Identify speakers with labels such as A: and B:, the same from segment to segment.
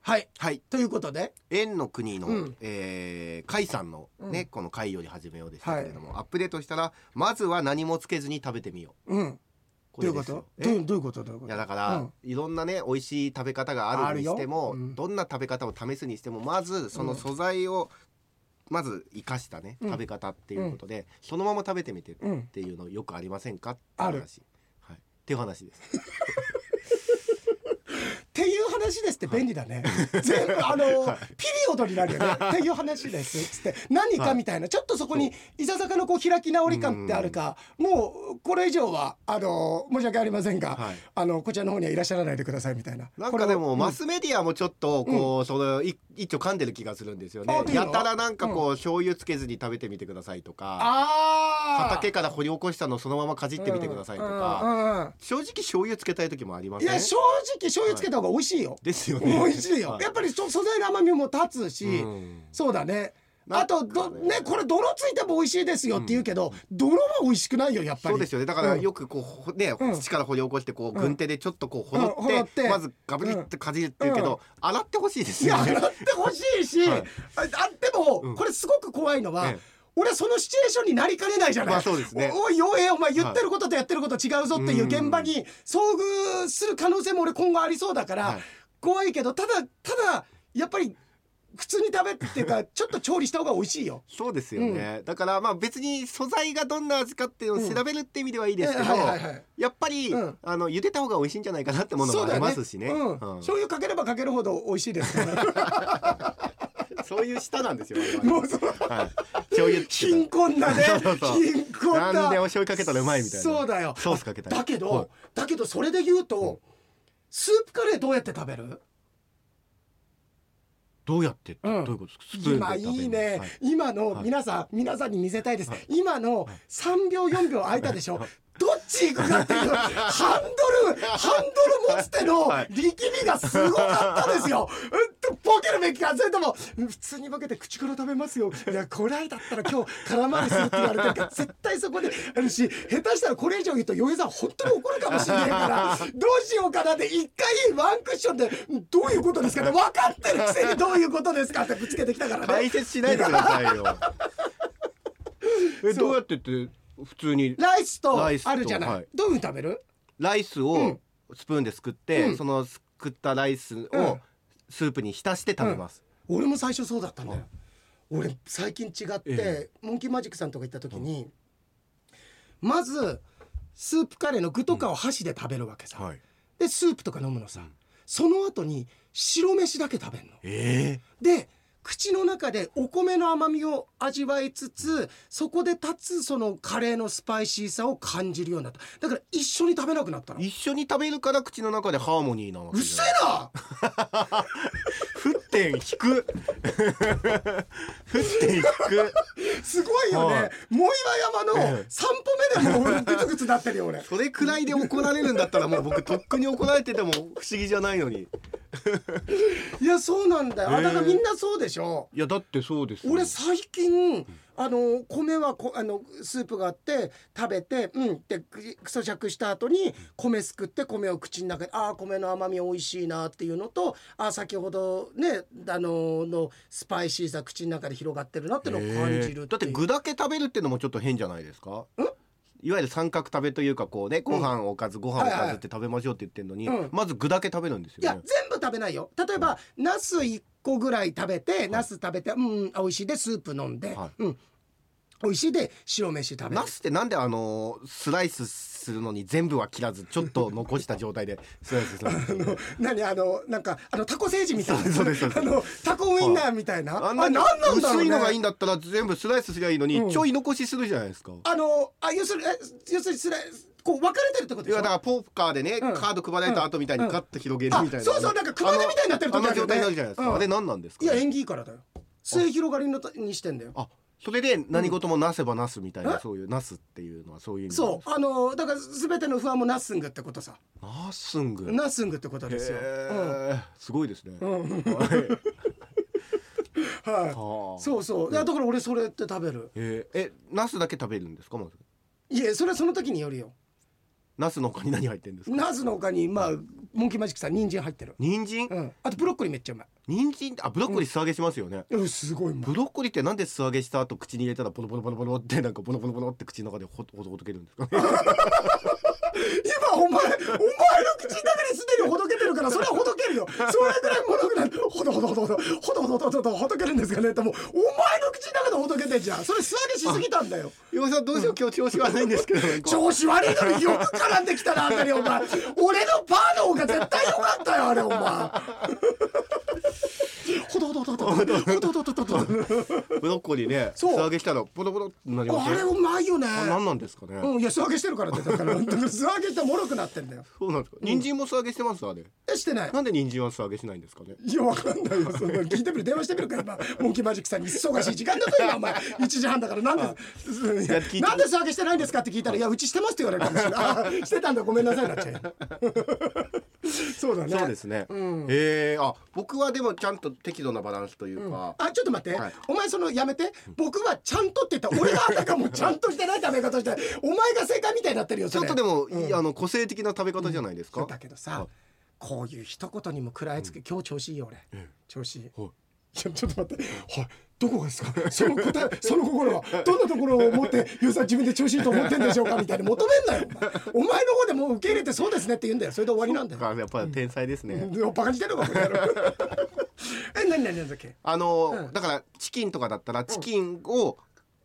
A: はい
B: はい
A: ということで
B: 円の国の、
A: うん
B: えー、甲斐さんのね、
A: うん
B: この貝より始めようでしたけれども、アップデートしたらまずは何もつけずに食べてみよう
A: うん
B: こ
A: どうい
B: れ
A: うこ
B: ですよ
A: とど
B: え
A: うどういうことどういうこと
B: いやだから、
A: うん
B: いろんなね美味しい食べ方があるにしても、
A: あるようん
B: どんな食べ方を試すにしてもまずその素材をまず生かしたね、
A: うん
B: 食べ方っていうことで、そのまま食べてみてっ
A: うん
B: ていうのよくありませんかって
A: あ
B: 話
A: る
B: はい、っていう話 で
A: っ
B: す
A: ていう話ですって便利だね、全部あの、ピリオドになるよねっていう話ですつって何かみたいなちょっとそこにいささかのこう開き直り感ってあるかもうこれ以上はあの申し訳ありませんが、
B: はい
A: あのこちらの方にはいらっしゃらないでくださいみたいな
B: なん
A: これ
B: か
A: を
B: でも
A: うん
B: マスメディアもちょっとこうそのい一丁噛んでる気がするんですよ
A: あい
B: ね
A: い。の
B: やたらなんかこう醤油つけずに食べてみてくださいとか、
A: ああ
B: 畑から掘り起こしたのをそのままかじってみてくださいとか、
A: うんうんうん
B: 正直醤油つけたい時もありま
A: い
B: せん
A: や。正直醤油つけた方が美味しいよ、
B: ですよね。
A: 美味しいよ、
B: は
A: やっぱりそ素材の甘みも立つし、
B: うん
A: そうだね
B: な
A: あ
B: んか
A: と
B: ね
A: どねこれ泥ついても美味しいですよって言うけど、泥は美味しくないよやっぱり
B: そうですよねだから
A: うん
B: よくこうほね
A: うん
B: 土から掘り起こしてこう
A: うん
B: 軍手でちょっとこう
A: うん
B: ほ
A: ほど
B: ど
A: っ
B: っててまずガブリってかじるって言うけど洗ってほしいで
A: い
B: す
A: や
B: よ
A: 洗
B: ね。
A: ってほしいし、
B: はい
A: ああっても、
B: うん
A: これすごく怖いのは、
B: ええ
A: 俺そのシチュエーションになりかねないじゃない、
B: まあそうですね
A: おおい陽平お前言ってることとやってること違うぞっていう
B: うん
A: 現場に遭遇する可能性も俺今後ありそうだから、
B: はい
A: 怖いけどただただやっぱり普通に食べっていうかちょっと調理した方が美味しいよ。
B: そうですよね、だからまあ別に素材がどんな味かっていうのを調べるって意味ではいいですけど、
A: ええはいはいはい
B: やっぱり、
A: うん
B: あの茹でた方が美味しいんじゃないかなってもの
A: そ
B: も
A: う
B: あ
A: だ
B: り
A: よ
B: ま
A: ね
B: すしね
A: うん
B: うん
A: 醤油かければかけるほど美味しいですから
B: そういう舌なんですよ我々
A: もうその
B: はい、醤油つけたら
A: 貧困だね
B: そうそうそう
A: 貧困だ
B: なんでお醤油かけたらうまいみたいな
A: そうだよ
B: ソースかけたら
A: だけど、
B: はい
A: だけどそれで言うと、スープカレーどうやって食べる
B: どうやって、
A: うん
B: どういうことですかスプーンで
A: 今い
B: 食べる
A: いね、
B: はい
A: 今の
B: はい
A: 皆さん、皆さんに見せたいです、今の3秒4秒空いたでしょ、どっち行くかって いうハンドルハンドル持つ手の
B: はい
A: 力みがすごかったですよ、うんとボケるべきかそれとも普通にボケて口から食べますよいやこれだったら今日空回りするって言われてるか ら絶対そこであるし下手したらこれ以上言うと余裕さん本当に怒るかもしれないからどうしようかなって一回ワンクッションでどういうことですかって分かってるくせにどういうことですかってぶつけてきたからね
B: 解説しないでくださ いよえどうやってって普通に
A: ライスと
B: ライスと
A: あるじゃない、
B: はい
A: どういうふうに食べる
B: ライスをスプーンですくって、
A: うん
B: そのすくったライス
A: うん
B: をスープに浸して食べます、
A: 俺も最初そうだったんだよ、
B: は
A: 俺最近違って、
B: え
A: モンキーマジックさんとか行った時に、まずスープカレーの具とかを箸で食べるわけさ、
B: はい
A: でスープとか飲むのさ、その後に白飯だけ食べるの
B: え
A: で口の中でお米の甘みを味わいつつそこで立つそのカレーのスパイシーさを感じるようになっただから一緒に食べなくなったの
B: 一緒に食べるから口の中でハーモニーなわ
A: う
B: け
A: っせ
B: じゃ
A: え
B: ない
A: な
B: 沸点引く沸点引く
A: すごいよ
B: は
A: ね
B: い。
A: 藻岩山の
B: ええ
A: 散歩目でも俺グツグツなってるよ 俺。
B: それくらいで怒られるんだったらもう僕とっくに怒られてても不思議じゃないのに
A: いやそうなんだよ。あ
B: ええ
A: だからみんなそうでしょ。
B: いやだってそうですよ
A: 俺最近あの米はこあのスープがあって食べてうんって咀嚼した後に米すくって米を口の中でああ米の甘み美味しいなっていうのとああ先ほどねあののスパイシーさ口の中で広がってるなってのを感じる
B: えー
A: って
B: だって
A: いう
B: 具だけ食べるってのもちょっと変じゃないですかいわゆる三角食べというかこうねご飯おかず、ご飯お
A: はい
B: か
A: はい
B: ずって食べましょうって言ってるのに、
A: うん
B: まず具だけ食べるんです
A: い
B: よ
A: や
B: ね
A: 全部食べないよ例えばナス1個ぐらい食べてナス食べてうんうん美味しいでスープ飲んで、
B: は
A: うん美味しいで白飯食べる
B: ナスってなんであのースライスするのに全部は切らずちょっと残した状 態でスライスするんですよね
A: 何あのなんかあのタコ星人みたいな
B: そうですそうです
A: あのタコウインナーみたいな、あ
B: あん
A: な
B: なんに
A: なんだろう、ね、
B: 薄いのがいいんだったら全部スライスすりゃいいのに、
A: うん
B: ちょい残しするじゃないですか
A: あのあ要するにえ要するにそれこう分かれてるってことで
B: い
A: し
B: や
A: ょ
B: だからポーカーでね、
A: うん
B: カード配られた後みたいにカッと広げるみたいな、
A: あそうそうなんか熊手みたいになってる時
B: あの
A: あ
B: あの
A: るよ
B: 状
A: ね
B: 態になるじゃないですか、
A: うん
B: あれ何なんですか
A: いや縁起いいからだよ末広がりのたにしてんだよ
B: あそれで何事もなせばなすみたいな、
A: え
B: そういうなすっていうのはそういう意味なん
A: そ
B: です
A: うあのだから全ての不安もナッスングってことさ
B: ナッスング
A: ナッスングってこと
B: へ
A: ですよ、
B: ーすごいですね、
A: うん うん
B: はい
A: はい
B: はあ
A: そうそう、いやだから俺それって食べる
B: へーえナスだけ食べるんですかまず
A: いやそれはその時によるよ
B: ナスの他に何入ってるんですか
A: ナスの他にまあモンキーマジックさん人参入ってる、
B: 人参
A: うん、あとブロッコリーめっちゃうまい
B: 人参ってあブロッコリー素揚げしますよね、
A: うんすごいうまい
B: ブロッコリーってなんで素揚げした後口に入れたらボロボロボロボロってなんかボロボロボロって口の中でほほどほどけるんですか
A: 今お前お前の口の中ですでにほどけてるからそれはほどけるよそれぐらいほどけないほどほどほどほどほどほどほどほどほどけるんですかねってもうお前の口の中でほどけてんじゃんそれ素揚げしすぎたんだよ
B: 岩井さんどうしよう今日調子悪いんですけどなんか
A: 調子悪いのによく絡んできたなあんたにお前俺のパーの方が絶対良かったよあれお前ほどほどほどほどほどほどほどほど
B: ブロッコリーね素
A: そう
B: 揚げしたらボロボロってなりま
A: あ
B: す
A: れ
B: ね
A: うまいよね
B: あ何なんですかね、
A: うんいや素揚げしてるからってだからだから素揚げしてもろくなってんだよ
B: そうなんですか人参も素揚げしてますあれ
A: えしてない
B: なんで人参は素揚げしないんですかね
A: いやわかんないよそんな聞いてみる電話してみるから今モンキーマジックさんに忙しい時間だと今お前1時半だからなんでうんいや
B: いや聞いて
A: なんで素揚げしてないんですかって聞いたら「いやうちしてます」って言われるかもしれないあ「してたんだごめんなさい」なっちゃうそうだね
B: そうですね、えーあ僕はでもちゃんと適度なバランスというか、
A: あちょっと待って、
B: はい
A: お前そのやめて僕はちゃんとって言った俺があたかもちゃんとしてない食べ方してお前が正解みたいになってるよ
B: ち
A: そ
B: ょっ
A: れ
B: とでも、いあの個性的な食べ方じゃないですか、
A: だけどさ、こういう一言にも食らいつく、今日調子いいよ俺、調子いい、い
B: はい
A: やちょっと待ってはいどこがです かその答えその心はどんなところを持ってユーザー自分で調子いいと思ってんでしょうかみたいに求めんなよお前お前の方でもう受け入れてそうですねって言うんだよそれで終わりなんだ
B: だ
A: よ
B: からやっぱり天才ですね、
A: バカにしてるのかこの野郎 え何何何だっけ
B: あのーだからチキンとかだったらチキンを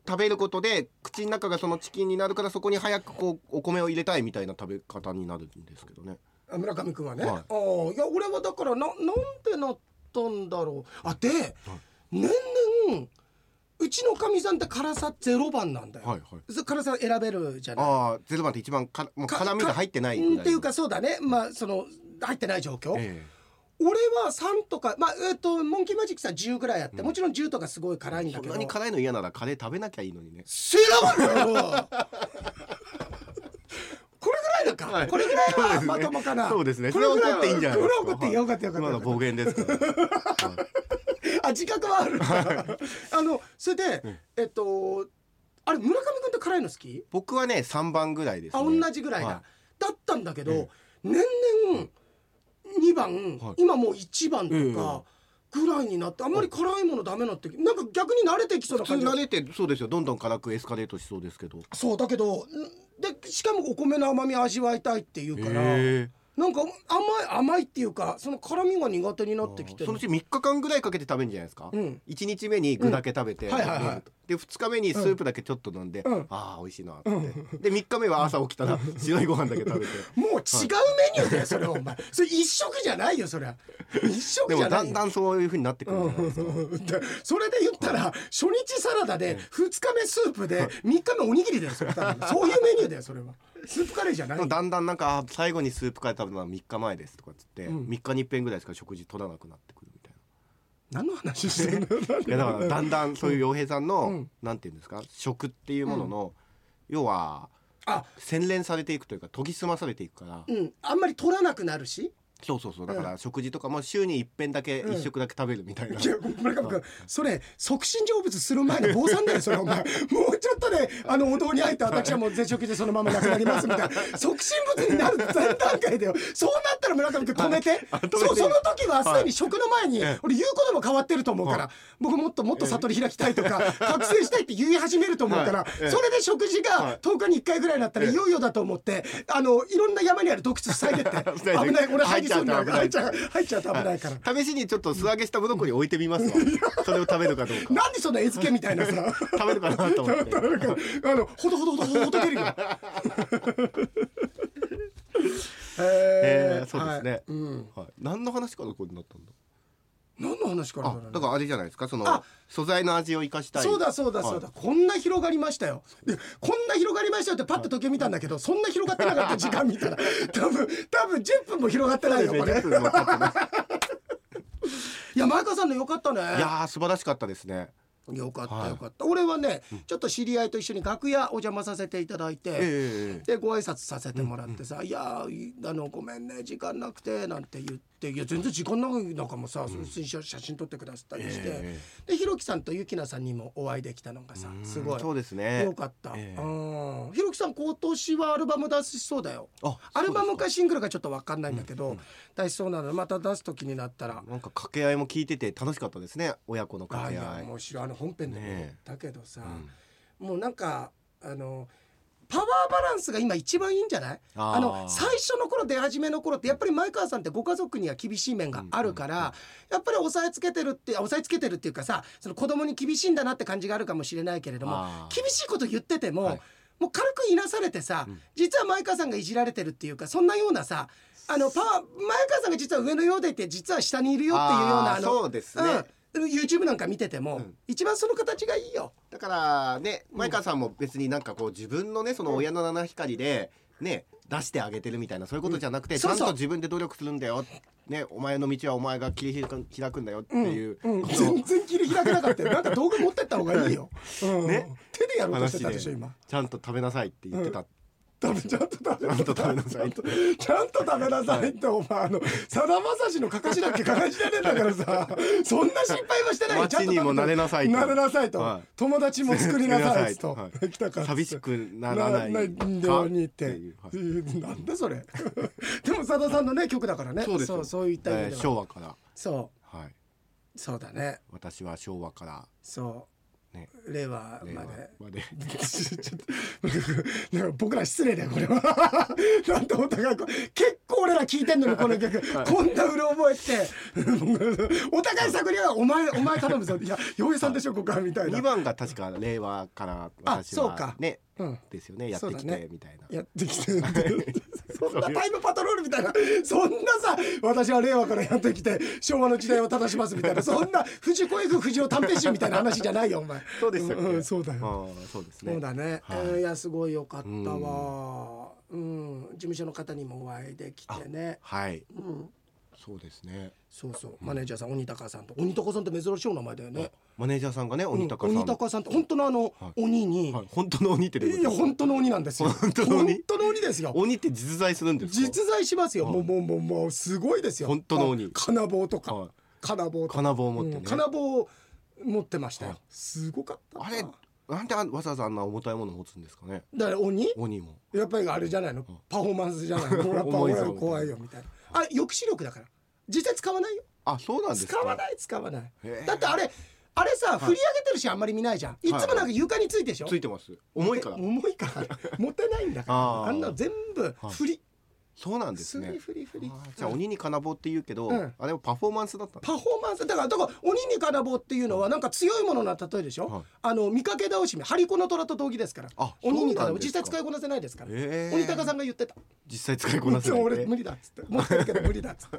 B: 食べることで口の中がそのチキンになるからそこに早くこうお米を入れたいみたいな食べ方になるんですけどね
A: あ村上君はね、
B: はい
A: ああいや俺はだからななんでなったんだろうあで、年々うちのかみさんって辛さゼロ番なんだよ、
B: はいはい
A: そ辛さ選べるじゃない
B: ああゼロ番って一番かもう
A: か
B: 辛みが入ってないぐら
A: ん
B: の
A: っていうかそうだねまあその入ってない状況、
B: え
A: 俺は3とかまあえっ、とモンキーマジックさん10ぐらいあって、もちろん10とかすごい辛いん
B: え
A: だ
B: そん
A: けど
B: なに辛いの嫌ならカレー食べなきゃいいのにね
A: セーラームーンだよこれぐらいだか、
B: はい
A: これぐらい
B: そうで
A: は
B: すね
A: まともかな
B: そうですね
A: こ
B: そ
A: れ
B: れ
A: ぐら
B: は怒っていいんじゃない
A: こ
B: で
A: れ
B: すか
A: 怒っていいよかったよかった
B: 今
A: よか
B: の
A: った
B: 暴言ですから
A: あ自覚はあるあのそれで、えっとあれ村上君って辛いの好き
B: 僕はね3番ぐらいです、
A: あ
B: ね、
A: 同じぐらいだ、
B: は
A: だったんだけど、
B: え
A: 年々2番、
B: はい
A: 今もう1番
B: え
A: とかぐらいになってあんまり辛いものダメなってなんか逆に慣れてきそうな
B: 普通
A: 感じが
B: 慣れてそうですよどんどん辛くエスカレートしそうですけど
A: そうだけどんでしかもお米の甘み味わいたいっていうから、
B: へえ
A: なんか甘い甘いっていうかその辛みが苦手になってきて
B: その
A: る
B: うち3日間ぐらいかけて食べるんじゃないですか、
A: うん
B: 一1日目に具だけ食べて、
A: うんはいはいはい
B: で2日目にスープだけちょっと飲んで、
A: うん
B: ああ美味しいなって、で3日目は朝起きたら白いご飯だけ食 べて
A: もう違うメニューだよそれはお前それ一食じゃないよそれは一食
B: で
A: じゃ
B: も
A: な
B: だ
A: い
B: ん
A: よ
B: だんそういうふうになってくるんじゃないですか、
A: でそれで言ったら初日サラダで2日目スープで3日目おにぎりだよそれ多分そういうメニューだよそれはスープカレーじゃない
B: でもだんだんなんかあー最後にスープカレー食べたのは3日前ですとかっつって、
A: うん
B: 3日に一遍ぐらいしか食事取らなくなってくるみたいな。
A: 何の話してんの
B: いやだからだんだんそういう洋平さんの、
A: うん
B: なんていうんですか食っていうものの、要は
A: あ
B: 洗練されていくというか研ぎ澄まされていくから、
A: うんあんまり取らなくなるし
B: そうそうそうだから食事とかも週に一遍だけ
A: うん
B: 一食だけ食べるみたいな、
A: いや村上君それ促進成仏する前の坊さんだよそれお前もうちょっとであのお堂に入って私はもう絶食でそのまま亡くなりますみたいな促進仏になる前段階だよそうなったら村上君止めて
B: あ止めて
A: そうその時はすでに食の前に
B: はい
A: 俺言うことも変わってると思うから僕もっともっと悟り開きたいとか覚醒したいって言い始めると思うから
B: はい
A: そ
B: ええ
A: れで食事
B: は
A: が
B: い
A: 10日に1回ぐらいになったらいよいよだと思ってあのいろんな山にある洞窟塞いでって
B: 塞いで
A: 危ない俺入りそうになるから入っ
B: 入っ
A: ち
B: ち
A: ゃ
B: ゃ
A: う
B: う
A: 入っちゃうと危ないから。
B: 試しにちょっと素揚げしたブロッコリー置いてみますわ、それを食べるかどうか
A: なんでそんな餌付けみたいな さ
B: 食べるかなと思って
A: 食べるかあのほどほどほどほどほど けるよ
B: え
A: え
B: ー、そうですね、
A: は
B: はいい何の話からこれになったんだ
A: 何の話からだ
B: あ
A: ろうね
B: だからあれじゃないですかその
A: あ
B: 素材の味を生かしたい
A: そうだそうだそうだ、こんな広がりましたよでこんな広がりましたよってパッと時計見たんだけど、そんな広がってなかった時間見たら 多分多分10分も広がってないよこれ
B: 全部乗っかっ てます
A: いや前川さんのよかったね
B: いやー素晴らしかったですね
A: よかった
B: はい
A: よかった、俺はね、ちょっと知り合いと一緒に楽屋お邪魔させていただいて、
B: ええ
A: でご挨拶させてもらってさ「いやーいあのごめんね時間なくて」なんて言っって「いや全然時間長い中もさ、その写真写真撮ってくださったりして、
B: え
A: でひろきさんとゆきなさんにもお会いできたのがさすごい
B: そうですね
A: よかった、
B: ええ
A: うんひろきさん今年はアルバム出しそうだよ
B: あ
A: アルバムか
B: そうです
A: シングルかちょっと分かんないんだけど、出しそうなのでまた出す時になったら
B: かなんか掛け合いも聞いてて楽しかったですね親子の
A: あ
B: 掛
A: い
B: け
A: や
B: 合い
A: 面白いあの本編でも言っ
B: ね
A: たけどさ、
B: うん
A: もうなんかあのパワーバランスが今一番いいんじゃない
B: あー
A: あの最初の頃出始めの頃ってやっぱり前川さんってご家族には厳しい面があるから、やっぱり抑えつけてるってあ抑えつけてるっていうかさその子供に厳しいんだなって感じがあるかもしれないけれども
B: あー
A: 厳しいこと言ってても、
B: はい
A: もう軽くいなされてさ、
B: うん
A: 実は前川さんがいじられてるっていうかそんなようなさあのパワー前川さんが実は上のようでいて実は下にいるよっていうような
B: あ
A: あ
B: ー
A: の
B: そうですね、
A: うん、YouTube なんか見てても、
B: うん
A: 一番その形がいいよ。
B: だからね前川さんも別になんかこう自分のねその親の七光りでね出してあげてるみたいなそういうことじゃなくて、
A: うん
B: ち
A: そう
B: ゃ
A: そうん
B: と自分で努力するんだよ、ね、お前の道はお前が切り開く開くんだよっていう
A: うんうん
B: ことを
A: 全然切り開けなかったよなんか道具持ってった方がい いよ、うん
B: ね
A: 手でやろうとして
B: 話
A: た
B: で
A: でしょ今
B: ちゃんと食べなさいって言ってた、
A: 食べちゃんと食べ
B: ちゃんと食べなさい
A: ちゃんとちゃんと食べなさいってお前あのさだまさしのかかしだっけかかしだねだからさそんな心配はしてないよちゃんと食べて
B: 街にもなれなさいと
A: なれなさいと、
B: はい
A: 友達も作りなさいと
B: 作りなさいとはい
A: 来たから
B: 寂しくならない
A: ななんでようにって
B: っていうはい
A: うんなんだそれ でもさださんのね曲だからね
B: そうです
A: そ
B: よ
A: うそういった意味
B: え
A: で
B: ー
A: は、
B: 昭和から、
A: そう
B: はい、
A: そうだね
B: 私は昭和から、
A: そう、
B: ね
A: 令和
B: 令
A: ま
B: 和
A: で
B: まで
A: ちょちょっとなんか僕ら失礼だよこれ はなんてお互いこう結構俺ら聞いてんのにこの 曲、こんなうろ覚えって お互い探りはお前お前頼むぞいや洋平さんでしょここはみたいな
B: 2番が確か令和から私
A: そうか
B: はね
A: うん
B: ですよねやって
A: そ
B: き
A: うだね
B: てみたいな、
A: やってきてる んでそんなタイムパトロールみたいなそんなさ私は令和からやってきて昭和の時代を正しますみたいなそんな藤子 F 不二雄短編集みたいな話じゃないよお前
B: そうですよね
A: うんうんそうだよ
B: ああそうですね
A: そうだね、
B: はい
A: えーいやすごいよかったわ、うん事務所の方にもお会いできてね、
B: はい
A: うん、
B: そうですね
A: そうそうマネージャーさん鬼高さんと鬼高さんって珍しいお名前だよね
B: マネージャーさんがね鬼高
A: うん
B: さん、
A: 鬼高さんって本当のあの、
B: はい
A: 鬼に、
B: はい、本当の鬼ってどうい
A: い、
B: うこ
A: や
B: と
A: 本当の鬼なんですよ
B: 本当の鬼
A: 本当の鬼ですよ
B: 鬼って実在するんですか
A: 実在しますよ、
B: はい
A: もうもうもうもうすごいですよ
B: 本当の鬼
A: あ金棒とか、
B: はい
A: 金棒とか
B: 金棒を持ってね、
A: うん金棒を持ってましたよ、
B: はい
A: すごかったな
B: あれなんであんわざわざあんな重たいもの持つんですかね
A: だから鬼
B: 鬼も
A: やっぱりあれじゃないの、パフォーマンスじゃない の、やっぱ
B: 重い
A: 俺
B: ぞ
A: は怖いよみたいな。あれ抑止力だから、実際使わないよ。
B: あそうなんですか
A: 使わない使わない
B: へ。え
A: だってあれ、あれさ、振り上げてるし、あんまり見ないじゃん。いつもなんか床についてでしょ
B: つ。いてます重いから
A: 重いから、持てないんだから、
B: あー
A: あんなの全部
B: はい
A: 振り、
B: そうなんです
A: 振
B: ね
A: り振り振り
B: あ。ーじゃあ鬼に金棒って言うけど、
A: うん
B: あれはパフォーマンスだったんだ
A: パフォーマンスだからだから鬼に金棒っていうのはなんか強いものな例えでしょ、
B: はい
A: あの見かけ倒しめ張り子の虎と同義ですから
B: あそうなん
A: 鬼に金棒
B: です
A: 実
B: か
A: 際使いこなせないですから、
B: へえ
A: 鬼高さんが言ってた
B: 実際使いこなせない
A: うん
B: ね
A: 俺無理だっつって持ってるけど無理だっつっ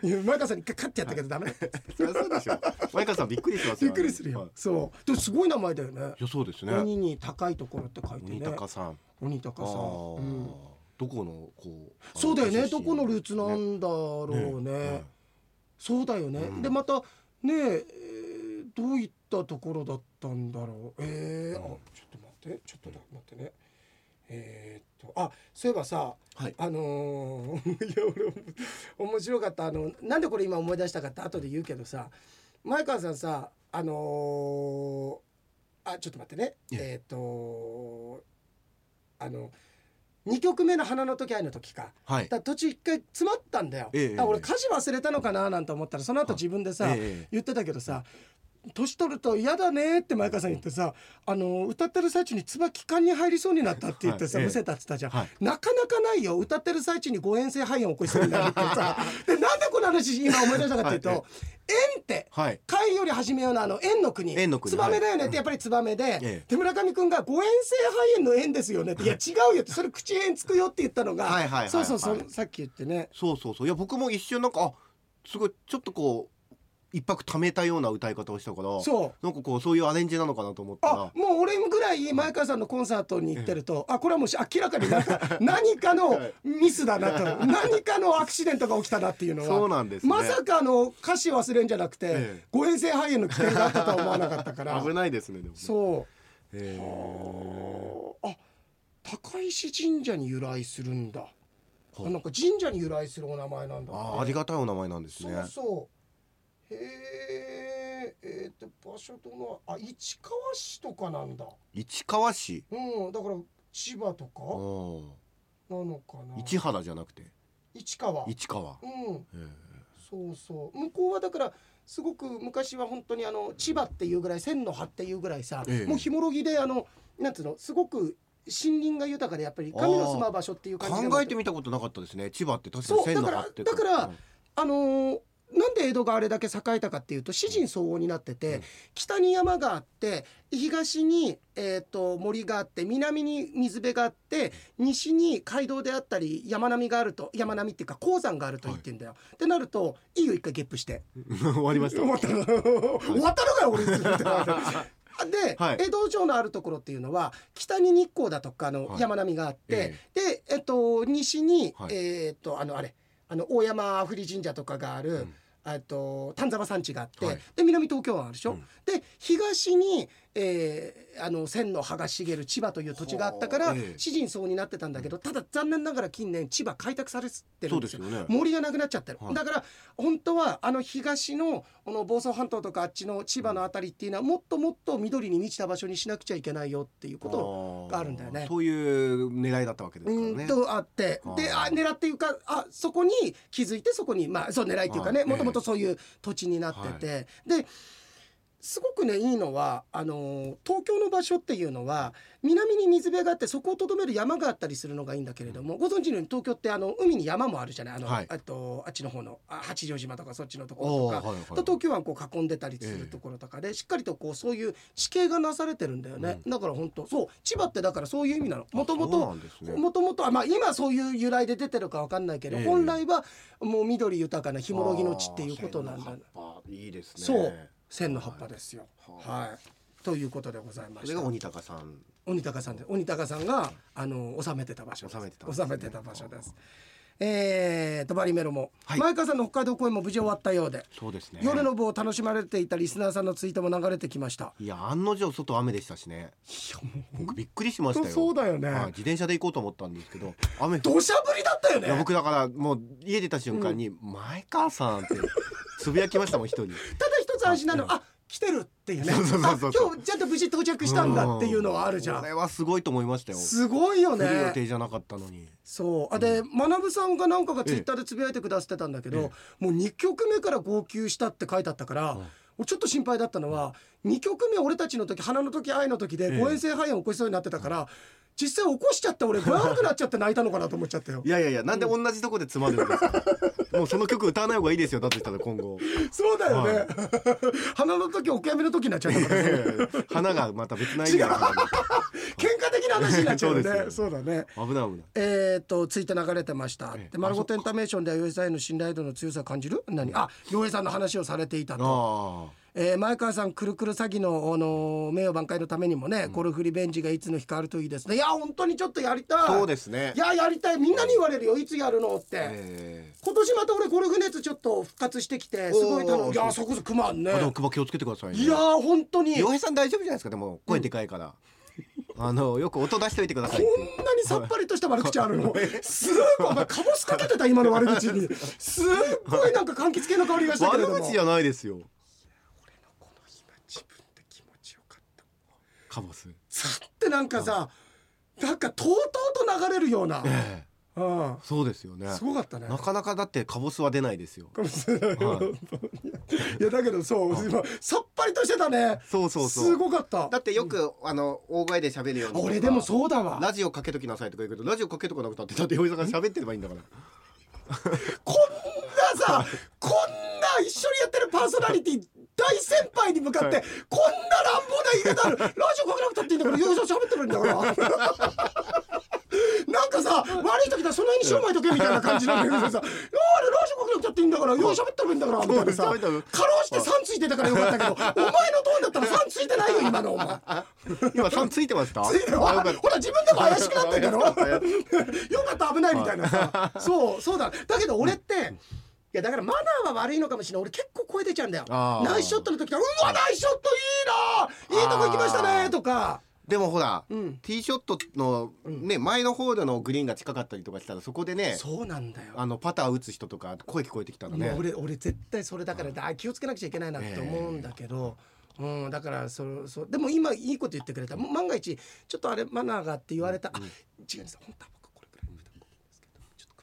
A: ていや前川さんに一回カッてやったけどダメだっつって
B: そりゃそうでしょマイカさんびっくりします
A: びっ
B: よ
A: くりする
B: はい
A: よそうでもすごい名前だよね
B: いやそうですね
A: 鬼に高いところって書いて
B: 鬼
A: ね
B: 高さん、
A: 鬼高
B: ああ
A: さ
B: ー、
A: んうん
B: どこのこう
A: そうだよ
B: あ
A: ね
B: 出身
A: どこのルーツなんだろうねそうだよね、でまたねええーどういったところだったんだろうえーあちょっと待ってちょっと待ってねえーっとあそういえばさ
B: はい
A: あのー いや俺面白かったあのなんでこれ今思い出したかって後で言うけどさ前川さんさあのーあちょっと待ってねえー
B: え
A: っとあの2曲目の「花の時愛の時か」
B: はい
A: だから途中一回詰まったんだよ、
B: ええ
A: だから俺歌詞忘れたのかななんて思ったらその後自分でさ、
B: はいええ
A: 言ってたけどさ年取ると嫌だねって前川さん言ってさ、あの歌ってる最中に椿管に入りそうになったって言ってさ、
B: はいええ
A: むせたって言ったじゃん、
B: はい
A: なかなかないよ歌ってる最中に誤嚥性肺炎を起こしそうになるって さでなんでこの話今思い出したかっていうと、
B: はい
A: 縁って
B: はい
A: 貝より始めようなあの円の国
B: 円の国
A: ツバメだよねってやっぱりツバメで、
B: え
A: で村上君が誤嚥性肺炎の円ですよねっていや違うよってそれ口炎つくよって言ったのが
B: はいはいはいはい
A: そうそうそうさっき言ってね
B: そうそうそういや僕も一瞬なんかあすごいちょっとこう一泊ためたような歌い方をしたから
A: そう
B: なんかこうそういうアレンジなのかなと思った
A: あ
B: ら
A: もう俺ぐらい前川さんのコンサートに行ってると、あこれはもう明らかになん か何かのミスだなと、何かのアクシデントが起きたなっていうのは
B: そうなんですね
A: まさかの歌詞忘れんじゃなくて、
B: ええ
A: 誤嚥性肺炎の危険があったとは思わなかったから
B: 危ないですねでもね
A: そう
B: へー
A: あ高石神社に由来するんだ
B: はい
A: なんか神社に由来するお名前なんだって
B: あーありがたいお名前なんです
A: そ
B: ね
A: うそうへええー、と場所とのあ市川市とかなんだ
B: 市川市
A: うんだから千葉と
B: あ
A: か
B: ー
A: なのかな
B: 市原じゃなくて
A: 市川う
B: 市川
A: ん
B: へー
A: そうそう向こうはだからすごく昔は本当にあの千葉っていうぐらい千の葉っていうぐらいさ、
B: ええ
A: もうひもろぎであのなんつうのすごく森林が豊かでやっぱり神の住まう場所っていう感じで
B: 考えてみたことなかったですね千葉って確かに線の張っ
A: そ
B: て
A: うだからだからあのーなんで江戸があれだけ栄えたかっていうと詩人相応になってて、
B: うん
A: 北に山があって東に、えー、と森があって南に水辺があって西に街道であったり山並みがあると山並みっていうか鉱山があると言ってんだよ。ってなるといいよ一回ゲップして。
B: うん 終わりました
A: 終わった終わったのかよ俺って言ってたからで、
B: はい
A: 江戸城のあるところっていうのは北に日光だとかあの
B: はい
A: 山並みがあって、
B: え
A: で、えっと、西に、
B: はい
A: えっとあのあれあの大山阿夫利神社とかがある、
B: うん
A: えっと丹沢山地があって、
B: はい
A: で南東京湾あるでしょ、
B: うん
A: で東に、えーあの千の葉が茂る千葉という土地があったか
B: ほ
A: ら
B: うええ
A: 詩人層になってたんだけどただ残念ながら近年千葉開拓されてる
B: そ
A: ん
B: う
A: で
B: ですす
A: よ
B: よね
A: 森がなくなっちゃってる、
B: はい
A: だから本当はあの東のこの房総半島とかあっちの千葉のあたりっていうのはもっともっと緑に満ちた場所にしなくちゃいけないよっていうこと
B: と
A: があるんだよね
B: そういう狙いだったわけです
A: うー
B: からね
A: んとあってであ
B: あー
A: 狙っていうかあそこに気づいてそこにまあそう狙いっていうかね
B: はい
A: もともとそういう土地になってて、ですごくねいいのはあのー東京の場所っていうのは南に水辺があってそこをとどめる山があったりするのがいいんだけれども、ご存知のように東京ってあの海に山もあるじゃないあの、
B: はい
A: あとあっちの方のあ八丈島とかそっちのところ
B: お
A: と
B: ー
A: か
B: はいはい
A: と東京湾こう囲んでたりするところとかで、しっかりとこうそういう地形がなされてるんだよね、だから本当そう千葉ってだからそういう意味なのもとも
B: あそう
A: と
B: なんですね
A: もともとはまあ今そういう由来で出てるかわかんないけど、
B: ええ
A: 本来はもう緑豊かなひもろぎの地っていうことなんだ
B: あー千の葉っぱいいですね
A: そう千の葉っぱですよ
B: は
A: はい、ということでございま
B: そ
A: し
B: れ
A: た
B: が鬼高さん
A: 鬼高さんで鬼高さんがあの収めてた場所です
B: 収めてたんです
A: 収
B: ね
A: めてた場所ですえー、とバリメロも、
B: はい
A: 前川さんの北海道公演も無事終わったようで
B: そうですね
A: 夜の部を楽しまれていたリスナーさんのツイートも流れてきました
B: いや案の定外雨でしたしね
A: いやもう
B: 僕びっくりしましたよ
A: そうだよね
B: はい自転車で行こうと思ったんですけど雨
A: 土砂降りだったよ
B: いや
A: ね
B: 僕だからもう家出た瞬間に「前川さん」ってつぶやきましたもん一人
A: ただ一つ安心なのはあ来てるっていうね
B: そうそうそうそう
A: あ今日ちゃんと無事到着したんだっていうのはあるじゃ
B: こ
A: ん
B: れはすごいと思いましたよ
A: すごいよ
B: 来る予定
A: ね
B: じゃなかったのに
A: そうあで学さんがなんかがツイッターでつぶやいてくださってたんだけど、
B: え
A: もう2曲目から号泣したって書いてあったから、
B: うん
A: 俺ちょっと心配だったのは2曲目俺たちの時花の時愛の時で
B: ええ
A: 誤嚥性肺炎起こしそうになってたから、実際起こしちゃって俺具合悪くなっちゃって泣いたのかなと思っちゃったよ
B: いやいやいやなんで同じとこでつまるんです かもうその曲歌わない方がいいですよだとしたら今 後
A: そうだよね、
B: は
A: 花の時お悔やみの時になっちゃったからね
B: 花がまた別な意味で
A: 喧嘩的な話になっちゃうよ
B: そうです
A: ね
B: よ
A: そうだね
B: 危ない危ない
A: えー、とツイッター流れてました
B: ええ。
A: で、丸ごとエ
B: あ
A: ンタメーションでは洋平さんへの信頼度の強さを感じる何あ洋平さんの話をされていたと。
B: あ
A: えー前川さん、くるくる詐欺の、あのー名誉挽回のためにもね、ゴルフリベンジがいつの日かあるといいですね。いや、本当にちょっとやりたい。
B: あそうですね
A: いや、やりたい。みんなに言われるよ、いつやるのって。
B: え
A: 今年また俺ゴルフ熱ちょっと復活してきてすごい楽
B: おー
A: しいやそこそこまんね
B: えあでも久保気をつけてくださいね
A: いやー本当に
B: 洋
A: こんな
B: 平さん大丈夫じゃないですかでも声でかいから、あのよく音出しておいてくださいっていう
A: にさっぱりとした悪口あるのすごいお前かぼすかけてた今の悪口にすっごいなんか柑橘系の香りがしたけれ
B: 悪
A: ども
B: 口じゃないですよ
A: この日は自分で気持ちよかった
B: カボス
A: さってなんかさなんかとうとうと流れるような、
B: ええ
A: うん、
B: そうですよね
A: すごかったね
B: なかなかだってカボスは出ないですよ
A: かもしれないいやだけどそう今さっぱりとしてたね
B: そうそうそう
A: すごかった
B: だってよく、あの大声で喋るように
A: 俺でも
B: う
A: そうだわ
B: ラジオかけときなさいとか言うけどラジオかけとかなくたってだって洋平さんが喋ってればいいんだから
A: こんなさこんな一緒にやってるパーソナリティ大先輩に向かって、
B: はい
A: こんな乱暴な言い方あるラジオかけなくたっていいんだからよいしょ喋ってるんだから なんかさ悪い時だその辺に塩まいとけみたいな感じなんだけどさ「あれラジオかけなくたっていいんだからよいしょ喋ってるんだから」みたいなさかろ
B: そうです喋った
A: うじて3ついてたからよかったけどお前のトーンだったら3ついてないよ今のお前。
B: 今さんついてました
A: ついてる
B: あよかった
A: ほら自分でも怪しくなってんだろよ
B: 怪しかった
A: かった危ないみたいなさそうそうだだけど俺っていやだからマナーは悪いのかもしれない俺結構声出ちゃうんだよ
B: あー
A: ナイスショットの時とか「うわナイスショットいいなーいいとこ行きましたね」とか
B: でもほら、
A: うん
B: ティーショットの
A: うん
B: ね、前の方でのグリーンが近かったりとかしたらそこでね
A: そうなんだよ
B: あのパター打つ人とか声聞こえてきたのね
A: もう俺俺絶対それだからだ気をつけなくちゃいけないなって思うんだけど、うん、だからそそうでも今いいこと言ってくれた万が一ちょっとあれマナーがって言われた、あ違うんです本当は僕これくらい普段こうですけどちょっと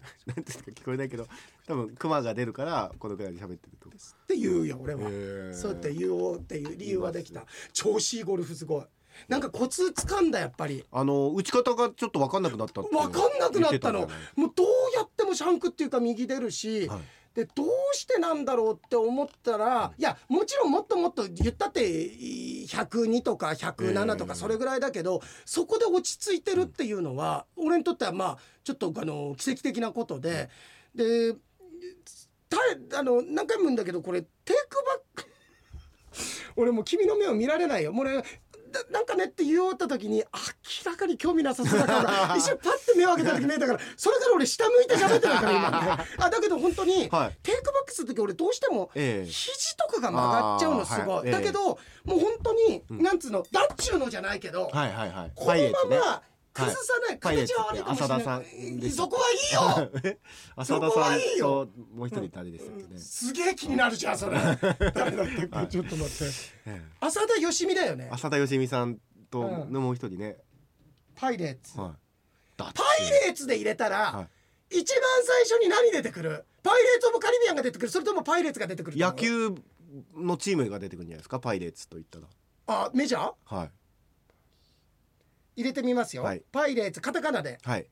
A: 熊のこと
B: なんていうんですか聞こえないけど多分クマが出るからこのくらいで喋ってると
A: ですって言うよ俺は、
B: へえ
A: そうやって言おうっていう理由はできた調子いいゴルフすごいなんかコツ掴んだやっぱり
B: あの打ち方がちょっと分かんなくなったって
A: 分かんなくなったの
B: 言てじ
A: もうどうやってもシャンクっていうか右出るし、
B: ゃないはい
A: でどうしてなんだろうって思ったらいやもちろんもっともっと言ったって102とか107と
B: ええ
A: かそれぐらいだけど、そこで落ち着いてるっていうのは、俺にとってはまあちょっとあの奇跡的なことで、でたあの何回も言うんだけどこれテイクバック俺もう君の目を見られないよ。もう俺だなんかねって言おうった時に明らかに興味なさそうだから 一瞬パッて目を開けた時見えたからそれから俺下向いて喋ってたから今 ねあだけど本当に、
B: はい
A: テイクバックする時俺どうしても
B: ええ
A: 肘とかが曲がっちゃうのす
B: あー
A: ご、
B: はいいええ
A: だけど、もう本当に、なんつうのダッチューのじゃないけど、
B: はいはいはい
A: このまま
B: パイレーツね
A: 崩さない、
B: パイレーツ
A: 形は悪いかもしれ
B: 浅田さ
A: な
B: んで
A: い
B: す
A: そこはいい よ
B: え 浅田
A: そこ
B: さ
A: は
B: ん
A: いいよ
B: ともう一人誰でしたっけね
A: すげえ気になるじゃんそ れ誰だったっけ、ちょっと待って
B: ええ
A: 浅田よしみだよね
B: 浅田芳美さんと
A: うん
B: のもう一人ね
A: パイレーツ、
B: はいだって
A: パイレーツで入れたら、
B: は
A: 一番最初に何出てくるパイレーツ・オブ・カリビアンが出てくるそれともパイレーツが出てくる
B: 野球のチームが出てくるんじゃないですかパイレーツと言ったら
A: あメジャー
B: はい
A: 入れてみますよ、
B: はい
A: パイレーツカタカナで
B: はい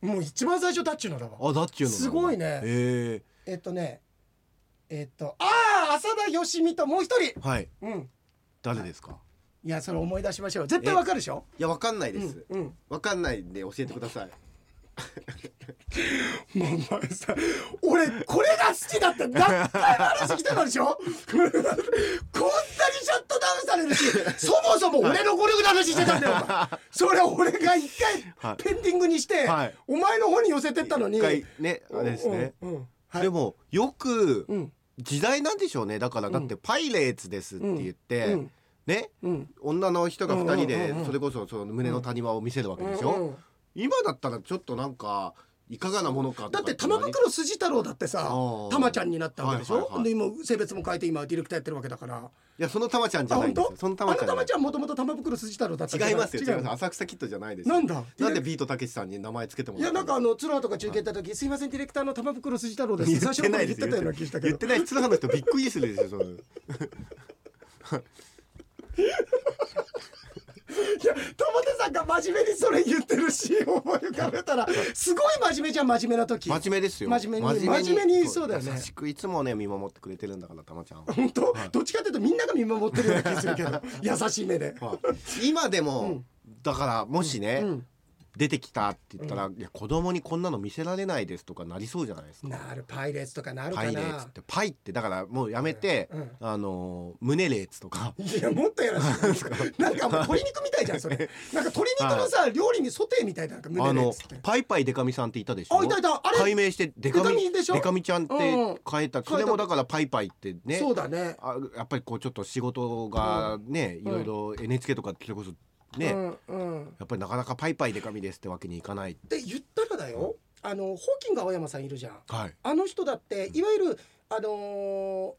A: もう一番最初ダッチューのだわ
B: あだっちゅうのなんだ
A: すごいね
B: え
A: えっとねえっとああ浅田よしみともう一人
B: えはい
A: うん
B: 誰ですか
A: いやそれ思い出しましょう絶対わかるでしょ
B: いやわかんないで
A: う
B: す
A: ん、うん、も
B: わかんないんで教えてください。
A: うお前さ俺これが好きだって何回も話してたのでしょ こんなにシャットダウンされるしそもそも俺のゴルフの話してたんだよお 前それ俺が一
B: は
A: 回
B: い
A: ペンディングにして、
B: はい
A: お前の方に寄せてったのに
B: 一回ねあれですね。
A: うんうんはい
B: でもよく
A: うん
B: 時代なんでしょうね。だからだってパイレーツですって言って、
A: うん
B: ね
A: うん
B: 女の人が二人
A: うんうん
B: で
A: うんうん
B: それこそその胸の谷間を見せるわけでし
A: うんう
B: ょ。
A: ん
B: 今だったらちょっとなんかいかがなものかとか
A: だって
B: たま
A: 玉
B: に
A: 袋筋太郎だってさ
B: あー
A: 玉ちゃんになったわけでしょ、
B: はいはいはい
A: で今性別も変えて今ディレクターやってるわけだから
B: いやそのたまちゃんじ
A: あ
B: ゃな
A: 本
B: いんです
A: 当
B: よ。そのた
A: あ
B: ま
A: の
B: ちゃんじゃな
A: 玉
B: い
A: ちゃんもともと玉袋筋太郎だったじゃな
B: 違いますよ。違い
A: 違う
B: ます。浅草キッドじゃないです。
A: なんだ
B: なんでビートたけしさんに名前つけても
A: い
B: ら
A: や
B: った
A: なん
B: です
A: かあの鶴葉とか中継行った時、すいませんディレクターの玉袋筋太郎です
B: 言
A: 最
B: っ
A: 初
B: て
A: の
B: な
A: 頃言
B: い
A: っ
B: で
A: て
B: す
A: たような気したけ
B: 言っ
A: ど
B: てない津波の人びっくりするで しょその
A: いや玉手さんが真面目にそれ言ってるシーンを思い浮かべ たらすごい真面目じゃん真面目な時
B: 真面目ですよ
A: 真面目に真面目にそうだよね
B: 優しくいつもね見守ってくれてるんだからたまちゃんは、
A: 本当、どっちかっていうとみんなが見守ってるような気するけ ど優しい目で、
B: はい今でも、だからもしね、
A: うん
B: 出てきたって言ったら、いや子供にこんなの見せられないですとかなりそうじゃないですか
A: なるパイレーツとかなるか
B: パ
A: な
B: イレーツってパイってだからもうやめて、
A: うん
B: あのー胸レーツとか
A: いやもっとやらし いなんかもう鶏肉みたいじゃんそれなんか鶏肉のさ料理にソテーみたいななんか胸
B: あ
A: のや
B: の
A: つって
B: パイパイデカミさんっていたでしょ
A: あいたいたあれ
B: 解明してデカ
A: デカ
B: ミ
A: ミでしょ
B: デカミちゃんって
A: うんうん
B: 変えた、それもだからパイパイってね
A: そうだね
B: あやっぱりこうちょっと仕事がね、いろいろ NHK とかそれこそね、や
A: うんうん
B: っぱりなかなかパイパイでかみですってわけにいかない。
A: で言ったらだよあのホーキング青山さんいるじゃん
B: はい。
A: あの人だっていわゆるあのー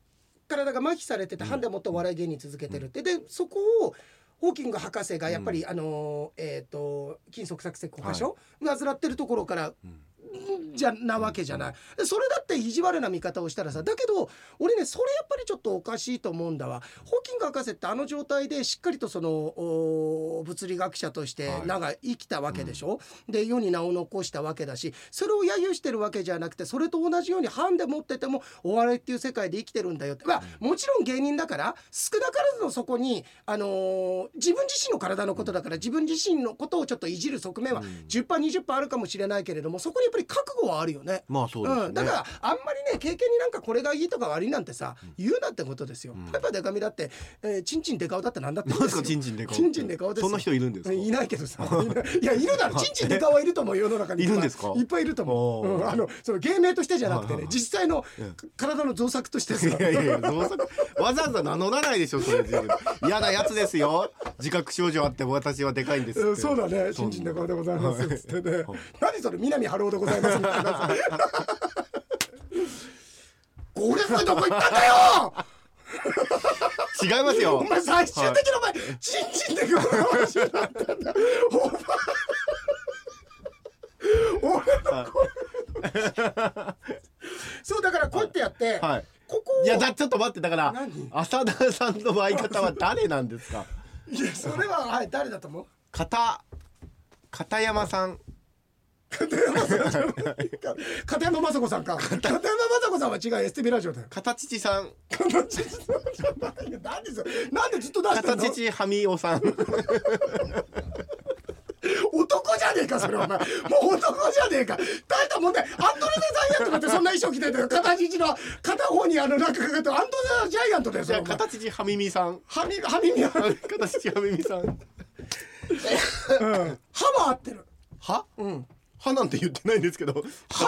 A: 体が麻痺されててハンデもっとお笑い芸人続けてるってでそこをホーキング博士がやっぱり、あのーえっ、と筋側索性硬化症、患ってるところから
B: ん
A: じゃなわけじゃない、でそれだって意地悪な見方をしたらさだけど俺ねそれやっぱりちょっとおかしいと思うんだわホーキング博士ってあの状態でしっかりとそのお物理学者として
B: はい
A: 長生きたわけでしょ、で世に名を残したわけだしそれを揶揄してるわけじゃなくてそれと同じようにハンデ持っててもお笑いっていう世界で生きてるんだよって、まあ、もちろん芸人だから少なからずのそこに、あのー自分自身の体のことだから自分自身のことをちょっといじる側面は10%、20%あるかもしれないけれどもそこにやっぱりぱり覚悟はあるよね。
B: まあそうですね、
A: ん、だからあんまりね経験になんかこれがいいとか悪いなんてさ、言うなってことですよ、
B: ん
A: パイパイデカミだって、えー、チンチンデカオだってなんだって
B: なんですかチンチン
A: デ
B: デ
A: カ
B: カ
A: オ
B: オ
A: チンチンデカオですよ
B: そんな人いるんですか
A: いないけどさ いやいるだろチンチンデカオはいると思う世の中に
B: いるんですか
A: いっぱいいると思う、
B: お
A: う
B: ー
A: んあのその芸名としてじゃなくてね、
B: はいはいはい
A: 実際の体の造作としてさ
B: いやいやいやどうせわざわざ名乗らないでしょそれ自分で嫌なやつですよ自覚症状あって私はでかいんですって
A: うんそうだね、新人の顔でございますっつってね、何それ、南春夫でございますみたいな さ。ゴルフどこ行ったんだよ。
B: 違いますよ
A: お前最終的にお前、チンチンでゴルフ話になったんだ。お前。俺のゴルフ。そうだからこうやってやって、
B: はい
A: ここを。
B: いや
A: い
B: だちょっと待ってだから
A: 何
B: 浅田さんの相方は誰なんですか
A: やそれははい誰だと思う。
B: 片片山さん
A: 片山雅子さんか。片山雅子さんは違う、エステビラジオだよ。
B: 片父さん
A: 形じゃないよなんでそれなんでずっと出して
B: 片
A: んの
B: 父はみお さん
A: 男じゃねえかそれお前もう男じゃねえか大体もんねアントレ・デ・ジャイアントだってそんな衣装着てて片父の片方にあのなんかかかってアントレ・ジャイアントだよそ
B: じ
A: れ
B: ゃあ
A: お前
B: 片父はみみさん
A: はみはみみは
B: 片父はみみさん
A: 歯は合ってる
B: は、うん、はなんて言ってないんですけど
A: は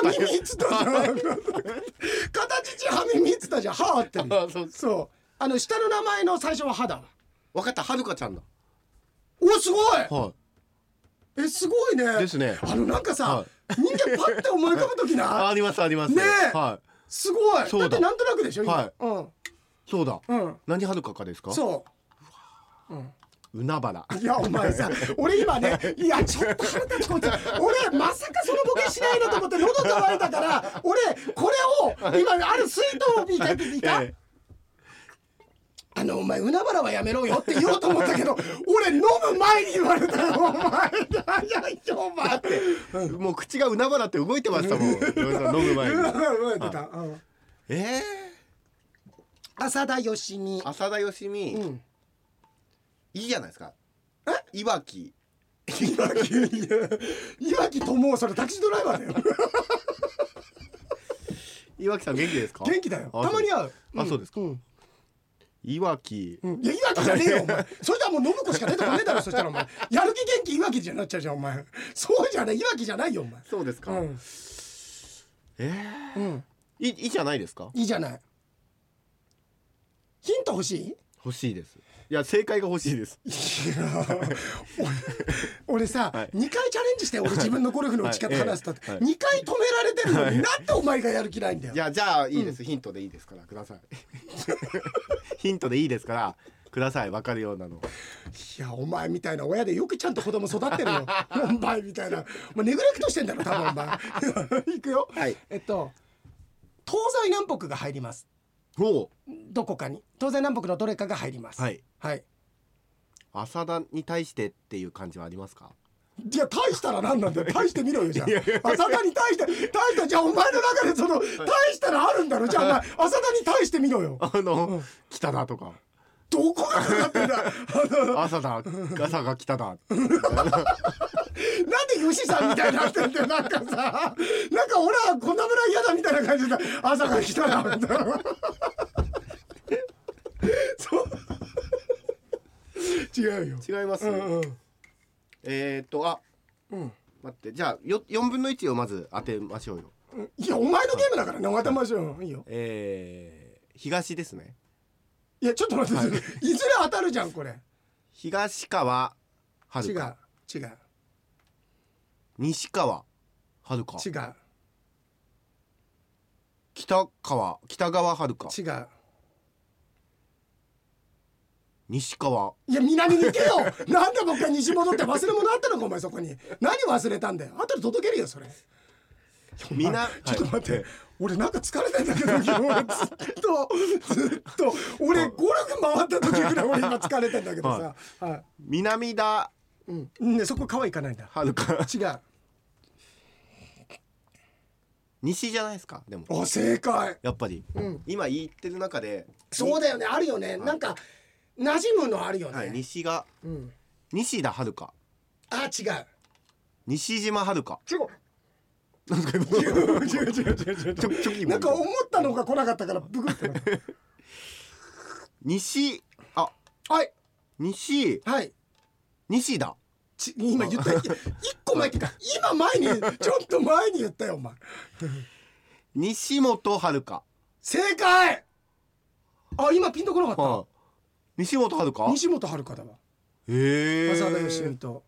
A: みみっつったじゃん片父はみみっつったじゃん歯合ってる
B: あそう
A: そうあの下の名前の最初は歯だわ
B: 分かったはるかちゃんだ
A: おすごい
B: はい
A: えすごいね
B: ですね
A: あのなんかさ
B: は
A: 人間パッて思い浮かぶ時
B: あ
A: な
B: ありますあります
A: ねえ
B: は
A: すごい
B: そう
A: だ
B: だ
A: ってなんとなくでしょ今
B: はい
A: うん
B: いそうだ、
A: うん
B: 何はるかかですか
A: そう
B: なばら
A: ういやお前さ俺今ねいやちょっと腹立つこいつ俺まさかそのボケしないなと思って喉乾いたから俺これを今ある水筒を見て見た、
B: え
A: あのお前海原はやめろよって言おうと思ったけど俺飲む前に言われたよ お前早いよお前
B: えもう口がうなばらって動いてましたもん嫁さん飲む前に
A: 海原はやめたうん
B: ええ
A: 浅田よしみ
B: 浅田よしみ、
A: うん
B: いいじゃないですかいわき
A: いわきいやいわきともうそれタクシードライバーだよ
B: いわきさん元気ですか
A: 元気だよ
B: あ
A: たまに会う
B: あそうですか
A: ん
B: いわき
A: うんいや、いわきじゃねえよ、お前。それじゃもう信子しか出てこねえだろ、そしたらお前。やる気元気いわきじゃなっちゃうじゃん、お前。そうじゃない、いわきじゃないよ、お
B: そうですか、
A: 前。うん。
B: ええ
A: うん。
B: いいいじゃないですか
A: いいじゃない。ヒント欲しい
B: 欲しいですいや正解が欲しいです
A: いや俺俺さ、
B: はい
A: 2回チャレンジして俺自分のゴルフの打ち方
B: はい
A: 話したって、
B: ええはい
A: 2回止められてるのに、なんでお前がやる気ないんだよ
B: じゃあじゃあいいです、ヒントでいいですからください ヒントでいいですからくださいわかるようなの
A: いやお前みたいな親でよくちゃんと子供育って るよお前みたいなもうネグレクトしてんだろ多分お 前いくよ、
B: はい
A: えっと東西南北が入ります
B: おう
A: どこかに東西南北のどれかが入ります
B: はい
A: はい
B: 浅田に対してっていう感じはありますか
A: いや大したら何なんだよ大してみろよじゃあ浅田に対して大したじゃあお前の中でその大したらあるんだろじゃあお前浅田に対してみろよ
B: あの、北だとか
A: どこがかかってんだあのなん
B: 朝だ朝が北だ
A: で吉さんみたいになってんだよなんかさなんか俺はこんな村嫌だみたいな感じで朝が来たらみたいなそう違うよ
B: 違います、
A: うんうん
B: えー、っとあ
A: うん
B: 待ってじゃあよ4分の1をまず当てましょうよ
A: いやお前のゲームだからねお前とましょういいよ
B: えー、東ですね
A: いやちょっと待って、い、ずれ当たるじゃんこれ
B: 東川は
A: 違
B: る
A: う
B: か
A: 違う
B: 西川はるか
A: 違う
B: 北川北川はるか
A: 違う
B: 西川
A: いや南に行けよなんでもう一回西戻って忘れ物あったのかお前そこに何忘れたんだよ後で届けるよそれ
B: みんな
A: ちょっと待って、
B: はい
A: 俺なんか疲れてんだけど昨日俺ずっとずっと俺ゴルフ回った時ぐらい俺今疲れてんだけどさ、はい
B: 南田
A: うんね、そこ川行かないんだ
B: はるか
A: 違う
B: 西じゃないですかでも
A: お正解
B: やっぱり、今言ってる中で、
A: そうだよねあるよね、なんか馴染むのあるよね、
B: はい、西が
A: うん、
B: 西田はるか
A: あ違う
B: 西島はるか
A: 違う
B: なんか
A: 違う
B: 今
A: 違う違う違う違う
B: チョキチョキ
A: なんか思ったのが来なかったからブクってなった
B: 西あ
A: はい
B: 西
A: はい
B: 西だ
A: ち今言った一個前っていうか今前にちょっと前に言ったよお前
B: 西本遥
A: 正解あ今ピンとこなかっ
B: はい西本遥
A: た西本遥だわ
B: へえ
A: 浅田義美と、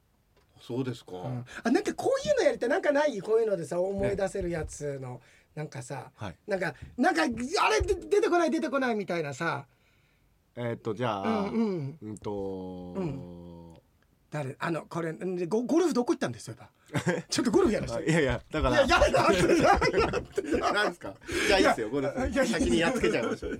B: そうですか、
A: うんあなんかこういうのやりたいなんかないこういうのでさ思い出せるやつのなんかさ
B: はい
A: なんかなんかあれで出てこない出てこないみたいなさ
B: えーっとじゃ
A: う
B: あ
A: んうん
B: うんと
A: う誰あのこれんゴゴルフどこ行ったんですよ今 ちょっとゴルフやらせ
B: あ
A: て
B: いやいやだか
A: い
B: ら
A: ややだやだやだ
B: なんですかじゃあいいですよこれ
A: いや
B: 先にやっつけちゃいましょう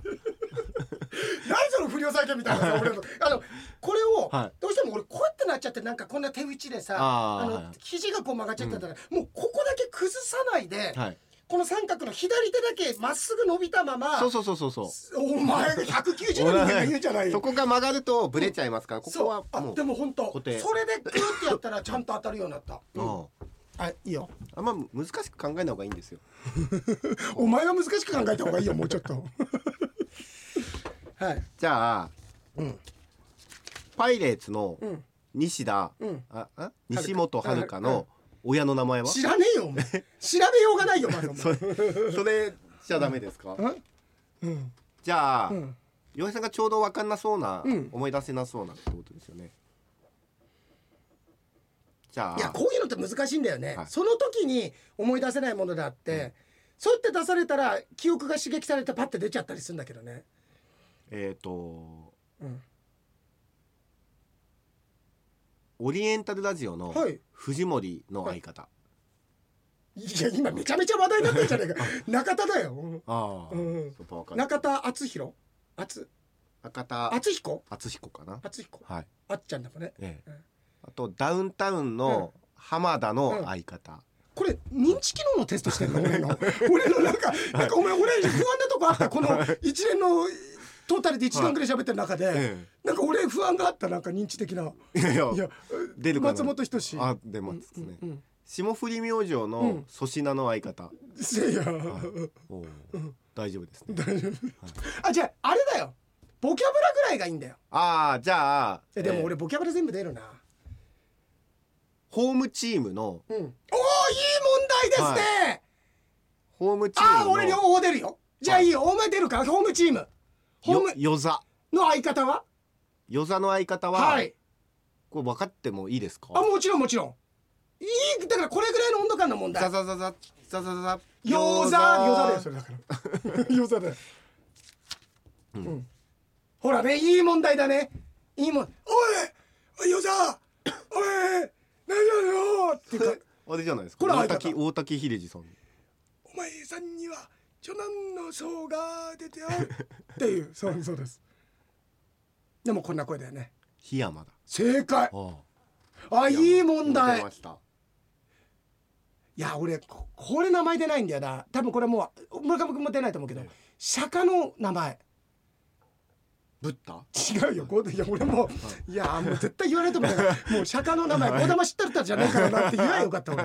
A: 何その不良債権みたいな さ俺のあのこれを、
B: はい
A: どうしても俺こうやってなっちゃってなんかこんな手打ちでさ
B: あー
A: の、
B: はい
A: 肘がこう曲がっちゃってたら、もうここだけ崩さないで、
B: はい
A: この三角の左手だけまっすぐ伸びたまま
B: そうそうそうそうそう
A: お前が190度の人間言うじゃない
B: そ
A: よ
B: こが曲がるとブレちゃいますからここは
A: あ
B: もう
A: でも本当
B: 固
A: そ
B: 定
A: れでグーってやったらちゃんと当たるようになった、
B: うん
A: あいいよ
B: あんま難しく考えない方がいいんですよ
A: お前は難しく考えた方がいいよもうちょっと はい
B: じゃあ
A: うん
B: パイレーツの
A: ん
B: 西田、
A: うん
B: ああ西本遥の親の名前は
A: 知らねえよお前調べようがないよお前お前
B: それそれじゃダメですか、
A: うんうん
B: じゃあ、
A: うん
B: 洋平さんがちょうど分かんなそうな、
A: うん
B: 思い出せなそうなってことですよねじゃあ
A: いやこういうのって難しいんだよね、
B: はい
A: その時に思い出せないものであって、そうやって出されたら記憶が刺激されてパッて出ちゃったりするんだけどね
B: えっ、と
A: うん
B: オリエンタルラジオの
A: はい
B: 藤森の相方、
A: いや今めちゃめちゃ話題になってるじゃないか 中田だようん
B: ああ、
A: うん
B: やっぱ分かる
A: 中田敦弘敦
B: 中田
A: 敦彦
B: 敦彦かな
A: 敦彦
B: はい
A: あっちゃんだもんね
B: え
A: う
B: え
A: ん
B: あとダウンタウンの浜田の相方、
A: これ認知機能のテスト してんの俺の俺のなんかなんかお前俺不安なとこ あったこの一連のトータルで1時間ぐらい喋ってる中で、
B: え
A: なんか俺不安があったなんか認知的ない
B: やいや
A: いや
B: 出るかな
A: 松本人志
B: あ出ますね、
A: うん
B: 霜降り明星の粗品の相方、
A: せいや、
B: おお大丈夫ですね
A: 大丈夫あじゃああれだよボキャブラぐらいがいいんだよ
B: ああじゃあ
A: えでも俺
B: えー
A: ボキャブラ全部出るな
B: ホームチームの
A: うんおおいい問題ですね、
B: ホームチーム
A: あ
B: の
A: あ俺両方出るよじゃあいいよ、お前出るかホームチームホーム
B: よよざ
A: の相方は
B: よざの相方は、
A: はい
B: これ分かってもいいですか
A: あもちろんもちろんいいだからこれぐらいの温度感の問題
B: ザザザザザザザ
A: 餃子餃子だよそれだから 餃子だよ、
B: うん
A: うんほらねいい問題だねいいもんおい餃子おい何やろうっていうか
B: あれじゃないですか
A: これ相方
B: 大滝大滝秀治さん
A: お前さんには長男の層が出ておるっていうそうそうですでもこんな声だよね
B: 檜山だ
A: 正解
B: あ
A: あ
B: あ
A: いい問題
B: 出ました
A: いや俺ここれ名前出ないんだよな多分これもう村上君も出ないと思うけど釈迦の名前
B: ブッダ
A: 違うよ、ゴーダいや、俺も、いや、もう絶対言われると思うから、もう釈迦の名前、ゴーダマ知ったらじゃねえからなって言えばよかった、俺。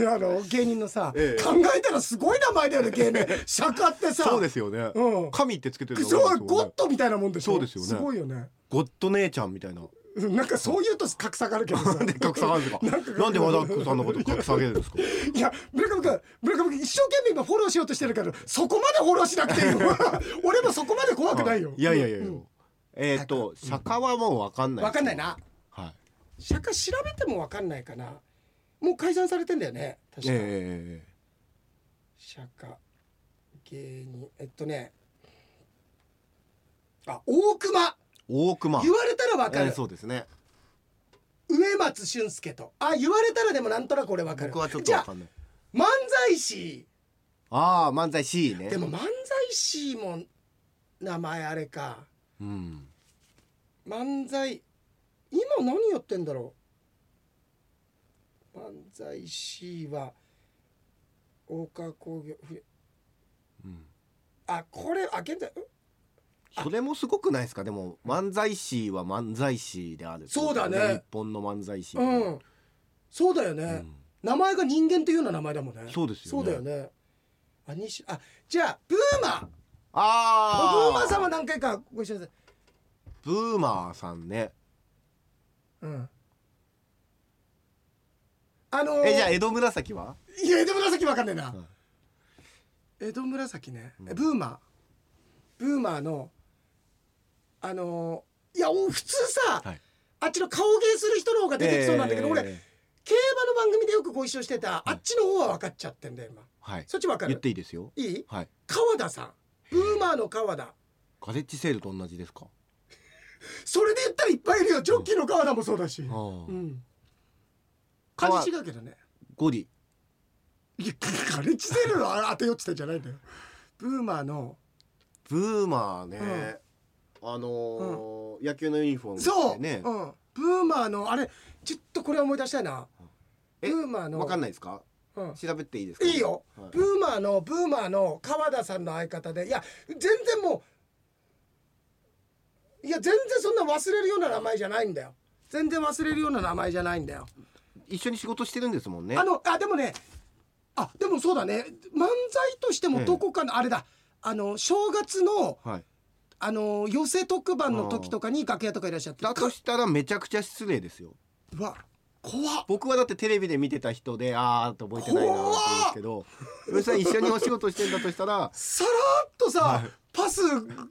A: いや、あの、芸人のさ、
B: ええ
A: 考えたらすごい名前だよね、芸人。釈迦ってさ。
B: そうですよね、
A: うん
B: 神ってつけてるの
A: そ
B: が
A: う、ゴッドみたいなもんでしょ
B: そうですよね
A: すごいよね。
B: ゴッド姉ちゃんみたいな
A: うんなんかそう言うと格差があるけ どさ。
B: なんで格差があるんです
A: なん
B: かなんで和田さんのこと格差上げるんですか
A: いや、村上君、村上君、一生懸命今フォローしようとしてるけど、そこまでフォローしなくていいよ。 俺もそこまで怖くないよ。
B: いやいやいやいや、
A: うん
B: えっ、ー、と釈迦はもう分かんない
A: わかんないな。
B: はい
A: 釈迦調べてもわかんないかな。もう解散されてんだよね。確か。
B: え
A: 釈迦芸人えっとねあ大熊
B: え大熊
A: 言われたらわか
B: え
A: る
B: ー、そうですね
A: 植松俊介とあ言われたらでもなんとなく俺わかる
B: 僕はちょっ
A: じ
B: と
A: ゃ
B: 分
A: あ
B: かんない
A: 漫才師
B: ああ漫才 C ね
A: でも漫才師も名前あれか
B: うん
A: 漫才今何やってんだろう漫才師は大川工業ふ
B: うん
A: あこれあ現在うん
B: それもすごくないですかでも漫才師は漫才師である
A: そうだね
B: 日本の漫才師
A: うんそうだよね、
B: うん
A: 名前が人間っていうような名前だもんね
B: そうです
A: そ
B: よね
A: うだよねあ西あじゃあブーマー
B: あ
A: ブーマーさん
B: ん
A: は何回かご一緒です
B: ブーマーさんね
A: うんあのー、
B: えじゃあ江戸紫はい
A: や江戸紫わかんねえな、
B: ん
A: 江戸紫ね、
B: ん
A: えブーマーブーマーのあのーいやお普通さ、
B: はい
A: あっちの顔芸する人の方が出てきそうなんだけど、俺
B: えー
A: 競馬の番組でよくご一緒してた、あっちの方は分かっちゃってんだよ今
B: はい
A: そっち分か
B: 言っ
A: る
B: ていいですよ
A: いい
B: はい
A: 川田さんブーマーの川田
B: ガゼッチセールと同じですか
A: それで言ったらいっぱいいるよジョッキーの川田もそうだし
B: あ
A: う
B: ー
A: ん
B: 川
A: 感じ違うけどね
B: ゴリ
A: いやカレッジセールのあ当てよってたんじゃないんだよブーマーの
B: ブーマーねあのー野球のユニフォームです
A: そう、
B: ね
A: うん、ブーマーのあれちょっとこれ思い出したいなブ
B: え
A: ーマーの
B: わかん
A: ない、
B: ないですか
A: うん
B: 調べていいですか
A: いいよ、
B: はい
A: ブーマーのブーマーの川田さんの相方でいや全然もういや全然そんな忘れるような名前じゃないんだよ全然忘れるような名前じゃないんだよ
B: 一緒に仕事してるんですもんね
A: あのあでもねあでもそうだね漫才としてもどこかの、あれだあの正月の
B: はい
A: あの寄せ特番の時とかに楽屋とかいらっしゃって
B: だとしたらめちゃくちゃ失礼ですよ
A: うわ怖っ
B: 僕はだってテレビで見てた人であーって覚えてないなと思うんですけどうさん一緒にお仕事してんだとしたら
A: さらっとさ、パス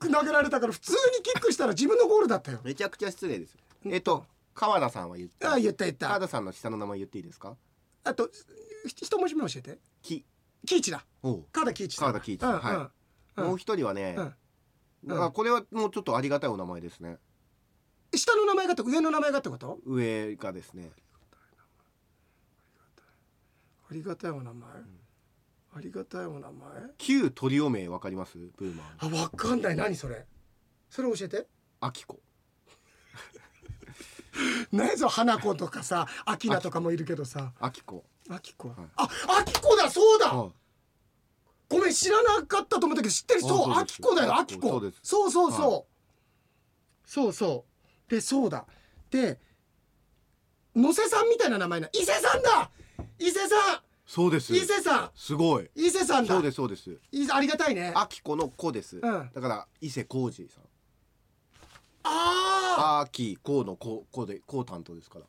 A: 投げられたから普通にキックしたら自分のゴールだったよ
B: めちゃくちゃ失礼ですよえっと川田さんは言った
A: あ言った言っ
B: 川
A: た
B: 田さんの下の名前言っていいですか
A: あとひ一文字目教えて
B: き
A: キイチだ
B: おう
A: 川田キイチ
B: 川田喜一
A: うんうん
B: は
A: うん
B: もう一人はね
A: うんうん
B: あこれはもうちょっとありがたいお名前ですね
A: 下の名前がって上の名前がってこと
B: 上がですね
A: ありがたいお名前、ありがたいお名前
B: 旧トリオ名わかりますブーマーの
A: あわかんない何それそれ教えて
B: あきこ
A: 何ぞ花子とかさアキナとかもいるけどさ
B: あきこ
A: アキコは、
B: はい
A: あアキコだそうだ、
B: は
A: ごめん知らなかったと思ったけど知ってるそ
B: あ
A: う
B: そう
A: あ
B: です
A: きこだよ
B: あ
A: あきこ
B: そうです
A: そうそうそう、
B: は
A: そうそうでそうだで野瀬さんみたいな名前な伊勢さんだ伊勢さ
B: いそうで
A: ん
B: す
A: 伊勢さん
B: すごい
A: 伊勢さんだ
B: そうですそうです
A: 伊勢ありがたいねあ
B: あきこの子ですだ
A: ん
B: から伊勢浩二さん
A: あー
B: あーきこうのこうこうでこう担当ですから。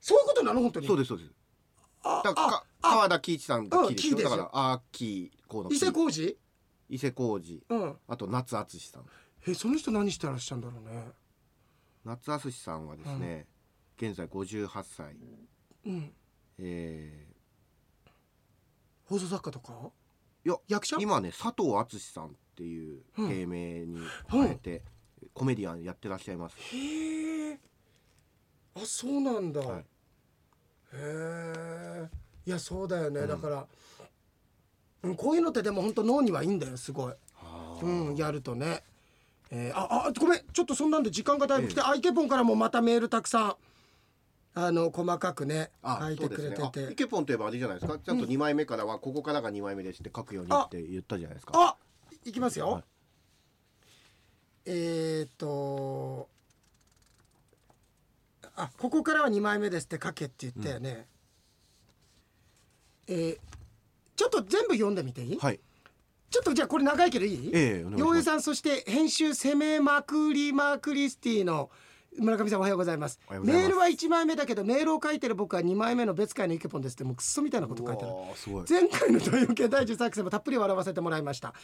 A: そういうことなの本当に
B: そうですそうです。
A: あ
B: だからか川田喜一さんがきです
A: う
B: よ。
A: ん喜で
B: だ
A: すよ
B: からあーきこうの
A: 伊
B: 喜
A: 勢浩二
B: 伊勢浩二。
A: うん
B: あと夏敦さん。
A: えその人何してらっしゃるんだろうね
B: 夏敦さんはですね、現在58歳。
A: うん
B: え
A: 放送作家とか
B: ー、いや
A: 役者
B: 今ね佐藤敦さんっていう芸名に変えて、コメディアンやってらっしゃいます。
A: へえあそうなんだ、
B: はい
A: へえいやそうだよね、
B: うん
A: だからうんこういうのってでも本当脳にはいいんだよすごい、うん、やるとねえー、ああごめんちょっとそんなんで時間がだいぶ来て、あイケポンからもまたメールたくさんあの細かくね
B: あ
A: 書い
B: そう
A: てく
B: で
A: れ
B: すね
A: てて、
B: あイケポンといえばあれじゃないですか。ちゃんと二枚目からはここからが二枚目ですって書くようにって言ったじゃないですか。
A: あいきますよ、
B: はい
A: えー、っとあここからは2枚目ですって書けって言ったよね、えーちょっと全部読んでみていい、
B: はい。
A: ちょっとじゃあこれ長いけどいい
B: ええお願いします
A: 洋平さんそして編集攻めまくりまくりスティの村上さんおはようございます
B: おはようございま
A: メ
B: す
A: ールは1枚目だけどメールを書いてる僕は2枚目の別会のイケポンですってもうクソみたいなこと書いてある
B: うわーすごい。
A: 前回の問い受け第13期生もたっぷり笑わせてもらいました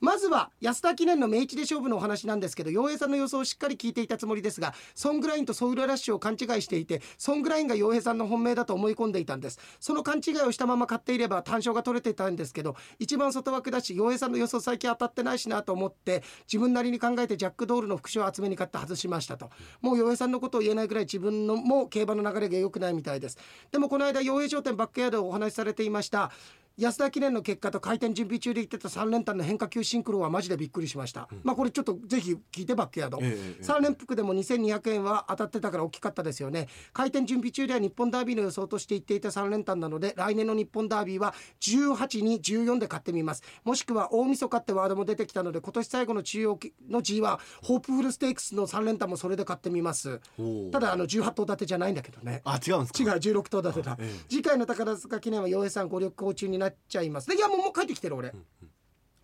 A: まずは安田記念の明治で勝負のお話なんですけど陽平さんの予想をしっかり聞いていたつもりですがソングラインとソウルラッシュを勘違いしていてソングラインが陽平さんの本命だと思い込んでいたんですその勘違いをしたまま買っていれば単勝が取れてたんですけど一番外枠だし陽平さんの予想最近当たってないしなと思って自分なりに考えてジャックドールの副賞を集めに買って外しましたともう洋平さんのことを言えないぐらい自分のもう競馬の流れが良くないみたいですでもこの間洋平商店バックヤードでお話しされていました安田記念の結果と回転準備中で言ってた3連単の変化球シンクロはマジでびっくりしました、まあこれちょっとぜひ聞いてバックヤード、
B: えええ
A: 3連複でも2200円は当たってたから大きかったですよね回転準備中では日本ダービーの予想として言っていた3連単なので来年の日本ダービーは18に14で買ってみますもしくは大晦日ってワードも出てきたので今年最後の中央の G はホープフルステークスの3連単もそれで買ってみます
B: おー
A: ただあの18頭立てじゃないんだけどね
B: あ違うんです
A: 違う
B: か
A: 16頭立てた、
B: ええ
A: 次回の宝塚記念は洋平さんご旅行中になっちゃいますでいやもうもう帰ってきてる俺、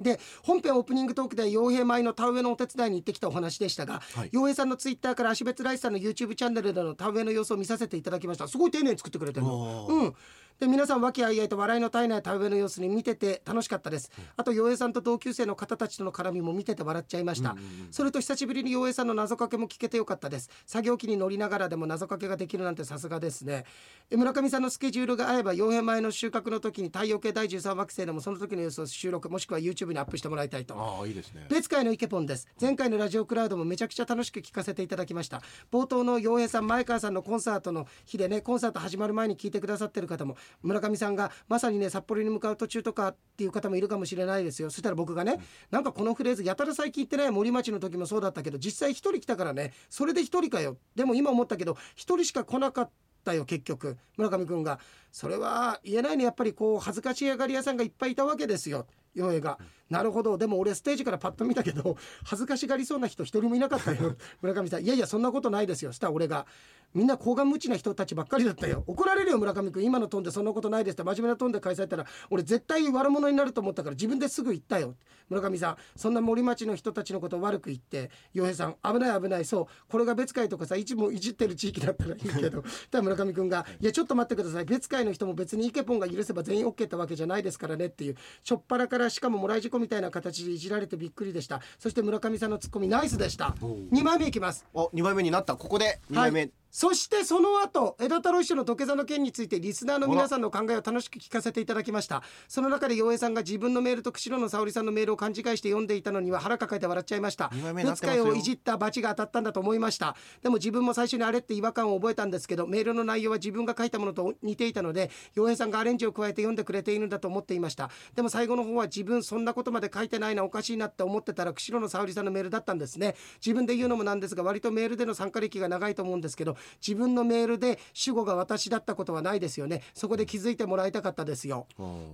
A: で本編オープニングトークで洋平舞の田植えのお手伝いに行ってきたお話でしたが
B: はい
A: 洋、平さんのツイッターから芦別ライスさんの YouTube チャンネルでの田植えの様子を見させていただきましたすごい丁寧に作ってくれてるの
B: おー
A: うんで皆さん和気あいあいと笑いの絶えない田植えの様子に見てて楽しかったです、あと洋平さんと同級生の方たちとの絡みも見てて笑っちゃいました、それと久しぶりに洋平さんの謎かけも聞けてよかったです作業機に乗りながらでも謎かけができるなんてさすがですねえ村上さんのスケジュールが合えば洋平前の収穫の時に太陽系第13惑星でもその時の様子を収録もしくは YouTube にアップしてもらいたいと
B: ああいいですね
A: 別会のイケポンです前回のラジオクラウドもめちゃくちゃ楽しく聞かせていただきました冒頭の洋平さん前川さんのコンサートの日でねコンサート始まる前に聞いてくださってる方も村上さんがまさにね札幌に向かう途中とかっていう方もいるかもしれないですよそしたら僕がね、なんかこのフレーズやたら最近言ってね森町の時もそうだったけど実際一人来たからねそれで一人かよでも今思ったけど一人しか来なかっただよ結局村上君がそれは言えないねやっぱりこう恥ずかしい上がり屋さんがいっぱいいたわけですよ洋平が、なるほどでも俺ステージからパッと見たけど恥ずかしがりそうな人一人もいなかったよ村上さんいやいやそんなことないですよしたら俺がみんな高顔無知な人たちばっかりだったよ怒られるよ村上君今のトーンでそんなことないですって真面目なトーンで返されたら俺絶対悪者になると思ったから自分ですぐ言ったよ村上さんそんな森町の人たちのことを悪く言って洋平さん危ない危ないそうこれが別会とかさいつもいじってる地域だったらいいけど ただ村上君が「いやちょっと待ってください別会の人も別にイケポンが許せば全員 OK ってわけじゃないですからね」っていうしょっぱらからしかももらい事故みたいな形でいじられてびっくりでしたそして村上さんのツッコミナイスでした2枚目いきます
B: お二枚目になったここで二
A: は
B: 枚目、
A: い、そしてその後枝太郎秘書の土下座の件についてリスナーの皆さんの考えを楽しく聞かせていただきましたその中で洋平さんが自分のメールと釧路の沙織さんのメールを勘違いして読んでいたのには腹抱えて笑っちゃいました
B: 二枚目になっ
A: 別
B: てます
A: 会
B: よ
A: をいじった罰が当たったんだと思いましたでも自分も最初にあれって違和感を覚えたんですけどメールの内容は自分が書いたものと似ていたので洋平さんがアレンジを加えて読んでくれているんだと思っていましたでも最後の方は自分そんなことまで書いてないなおかしいなって思ってたら釧路の沙織さんのメールだったんですね自分で言うのもなんですが割とメールでの参加歴が長いと思うんですけど自分のメールで主語が私だったことはないですよねそこで気づいてもらいたかったですよ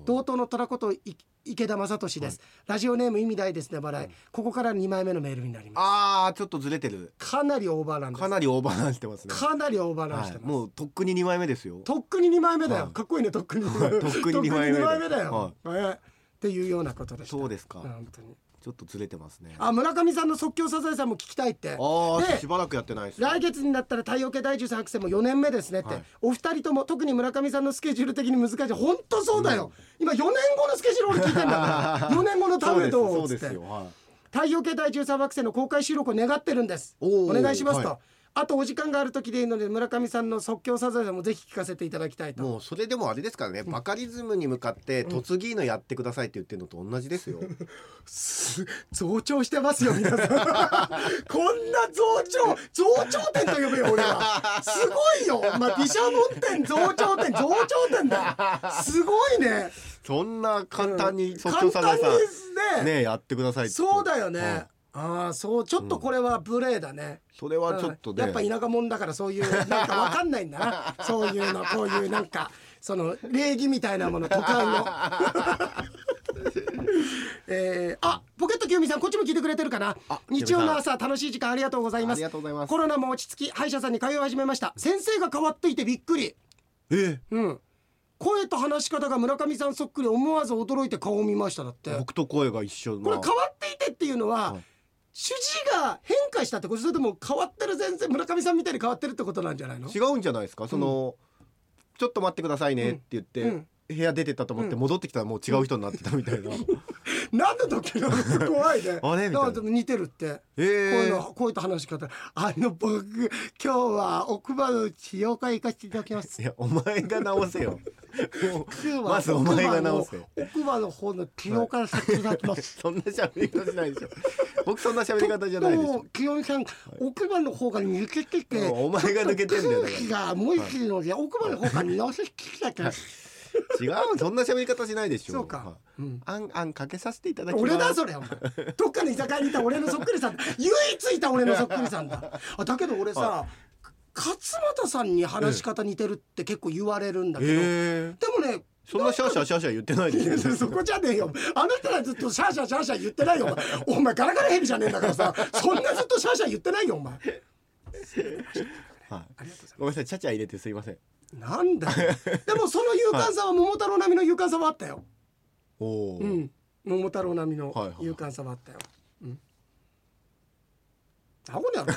A: 同等の虎ことい池田雅俊です、ラジオネーム意味ないですね笑い、ここから2枚目のメールになります
B: ああちょっとずれてる
A: かなりオーバーランです
B: かなりオーバーランしてますね
A: かなりオーバーラン
B: は
A: して
B: い、
A: ます、
B: もうとっくに二枚目ですよ
A: とっくに2枚目だよ、
B: はい
A: かっこいいねとっくに
B: とっくに二枚目
A: と
B: だ
A: っ
B: よ
A: くに二だよ、ええっていうようなことでした
B: そうですか、
A: 本当に
B: ちょっとずれてますねあ
A: あ村上さんの即興サザエさんも聞きたいって
B: あ
A: で
B: ーしばらくやってないですね
A: 来月になったら太陽系第13博士も4年目ですねって、
B: はい
A: お二人とも特に村上さんのスケジュール的に難しい本当そうだよ、今4年後のスケジュール俺聞いてんだから 4年後のタ
B: そう
A: ブレッ
B: です
A: トを
B: そ
A: っ
B: う
A: つ
B: で
A: って
B: すよ、はい、
A: 太陽系第13惑星の公開収録を願ってるんですお
B: おー
A: 願いしますと、
B: はい
A: あとお時間がある時でいいので村上さんの即興サザエさんもぜひ聞かせていただきたいと
B: もうそれでもあれですからね、バカリズムに向かって「突ぎのやってください」って言ってるのと同じですよ
A: す増長してますよ皆 さんこんな増長増長店と呼ぶよ俺 はすごいよまあ毘沙門天増長店増長店だよすごい ね
B: そんな簡単に即
A: 簡
B: 興サザ
A: 単
B: エ
A: に
B: さん、
A: ね
B: ねやってくださいって
A: そうだよね、
B: はい
A: ああそうちょっとこれは無礼だね、
B: それはちょっとね、
A: うんやっぱ田舎者だからそういうなんかわかんないんだ なそういうのこういうなんかその礼儀みたいなもの都会 のえー、あポケットきよみさんこっちも聞いてくれてるかな
B: あ
A: 日曜の朝楽しい時間ありがとうございます
B: ありがとうございます
A: コロナも落ち着き歯医者さんに通い始めました先生が変わっていてびっくり
B: え
A: うん声と話し方が村上さんそっくり思わず驚いて顔を見ましただって
B: 僕と声が一緒
A: これ
B: な
A: 変わっていてっていうのは、
B: はい
A: 主治医が変化したってことそれとも変わってる全然村上さんみたいに変わってるってことなんじゃないの
B: 違うんじゃないですかその、ちょっと待ってくださいね」って言って、
A: うん
B: 部屋出てったと思って戻ってきたらもう違う人になってたみた いな、
A: なんでドキドキ怖いね
B: あれみたいな
A: だからでも似てるって声
B: えー
A: の声と話し方あの僕今日は奥歯の治療会行かせていただきます
B: いやお前が直せよもうまずお
A: 奥
B: 前
A: 歯
B: が
A: の
B: 直せよ
A: 奥歯の方の治療からさせていただきます
B: そんな喋り方しないでしょ僕そんな喋り 方じゃないでし
A: も
B: ょ
A: う清美さん、奥歯の方が抜けてて
B: お前が抜けてんだよだから
A: 空気がもう一気ので、奥歯の方が直せきだから
B: 違うそんな喋り方しないでしょ
A: そうか
B: は
A: う
B: い、
A: ん
B: あんあんかけさせていただきます
A: 俺だそれお前どっかの居酒屋にいた俺のそっくりさん唯一いた俺のそっくりさんだあだけど俺さ勝俣さんに話し方似てるって結構言われるんだけど、
B: ええ
A: でもね
B: そんなシャーシャーシャーシャー言ってない
A: いや
B: です よ
A: そこじゃねえよあの人らずっとシャーシャーシャーシャー言ってないよ お前お前ガラガラヘビじゃねえんだからさそんなずっとシャーシャー言ってない よお前
B: は
A: ありがとうござい
B: い、ごめんなさいちゃちゃ入れてすいません
A: ますなんだよでもその勇敢さは桃太郎並みの勇敢さはあったよ
B: おお、
A: うん桃太郎並みの
B: はいはい
A: 勇敢さはあったよ、うんあほだろ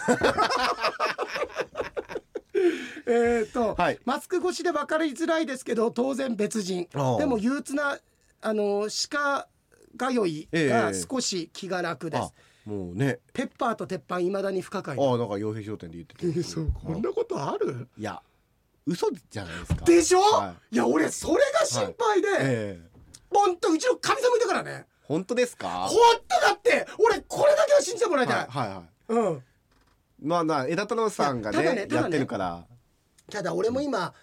A: えっと、
B: はい
A: マスク越しで分かりづらいですけど当然別人
B: ああ
A: でも憂鬱なあの鹿通いが少し気が楽です、
B: あもうね
A: ペッパーと鉄板いまだに不可解
B: ああなんか傭兵商店で言って た
A: そうこんなことある
B: いや嘘じゃないですか
A: でしょ、、
B: はい
A: や俺それが心配で、
B: ええ
A: ほんとうちのかみさんもいたからね
B: 本当ですか
A: ほんとだって俺これだけは信じてもらいたい、
B: はいはいはい
A: うん
B: まあまあ枝太郎さんが
A: い
B: ね
A: やただねただね
B: やってるから
A: ただ俺も今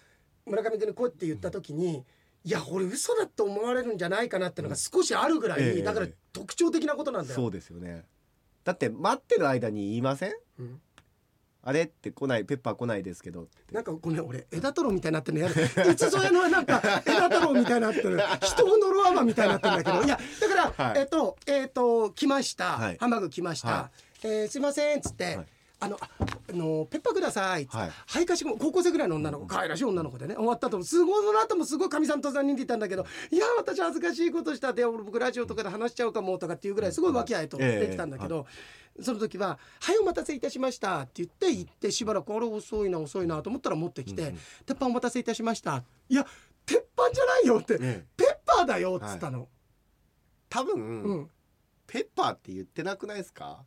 A: 村上君にこうやって言った時に、いや俺嘘だと思われるんじゃないかなってのが少しあるぐらいに、
B: ええ
A: だから特徴的なことなんだよ
B: そうですよねだって待ってる間に言いません
A: うん
B: あれって来ないペッパー来ないですけどって
A: なんかごめん俺枝太郎みたいになってるのやる いつぞやのなんか枝太郎みたいになってる人を呪わばみたいになってるんだけどいやだから、
B: はい
A: えっ、とえっ、と来ました、
B: はい
A: ハンバーグ来ました、
B: は
A: えーすいませんっつって、
B: はい
A: あのああのペッパーくださいっつって、
B: はい
A: はい、かしこ高校生ぐらいの女の子可愛らしい女の子でね終わった後もすごいその後もすごいかみさんと3人でいたんだけどいや私恥ずかしいことしたで俺僕ラジオとかで話しちゃうかもとかっていうぐらいすごい和気あいと出てたんだけど、その時は「はいお待たせいたしました」って言って行ってしばらくあれ遅いな遅いなと思ったら持ってきて「鉄板お待たせいたしました」「いや鉄板じゃないよ」って「
B: ね
A: ペッパーだよ」っつったの。
B: 多
A: う
B: 分
A: ん
B: ペッパーって言ってなくないですか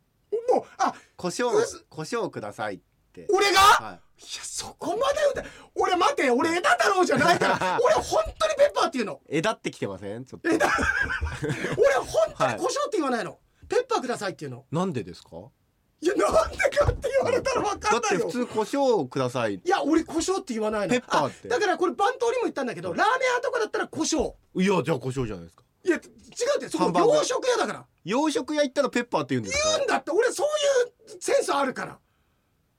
A: もうあ
B: 胡椒
A: うす
B: 胡椒くださいって
A: 俺が、
B: はい
A: いやそこまで歌う俺待て俺枝太郎じゃないから 俺本当にペッパーっていうの
B: 枝ってきてませんちょっと
A: 俺本当に胡椒って言わないの、ペッパーくださいっていうの
B: なんでですか
A: いやなんでかって言われたら分
B: だ
A: か
B: っ
A: んな
B: て
A: いよ
B: 普通胡椒ください
A: いや俺胡椒って言わないの
B: ペッパーって
A: あだからこれ番頭にも言ったんだけどラーメン屋とかだったら胡椒
B: いやじゃあ胡椒じゃないですか
A: いや違うってそ
B: ハ
A: こ
B: ンバーグ
A: 洋食屋だから
B: 洋食屋行ったらペッパーって言うんですか
A: 言うんだって俺そういうセンスあるから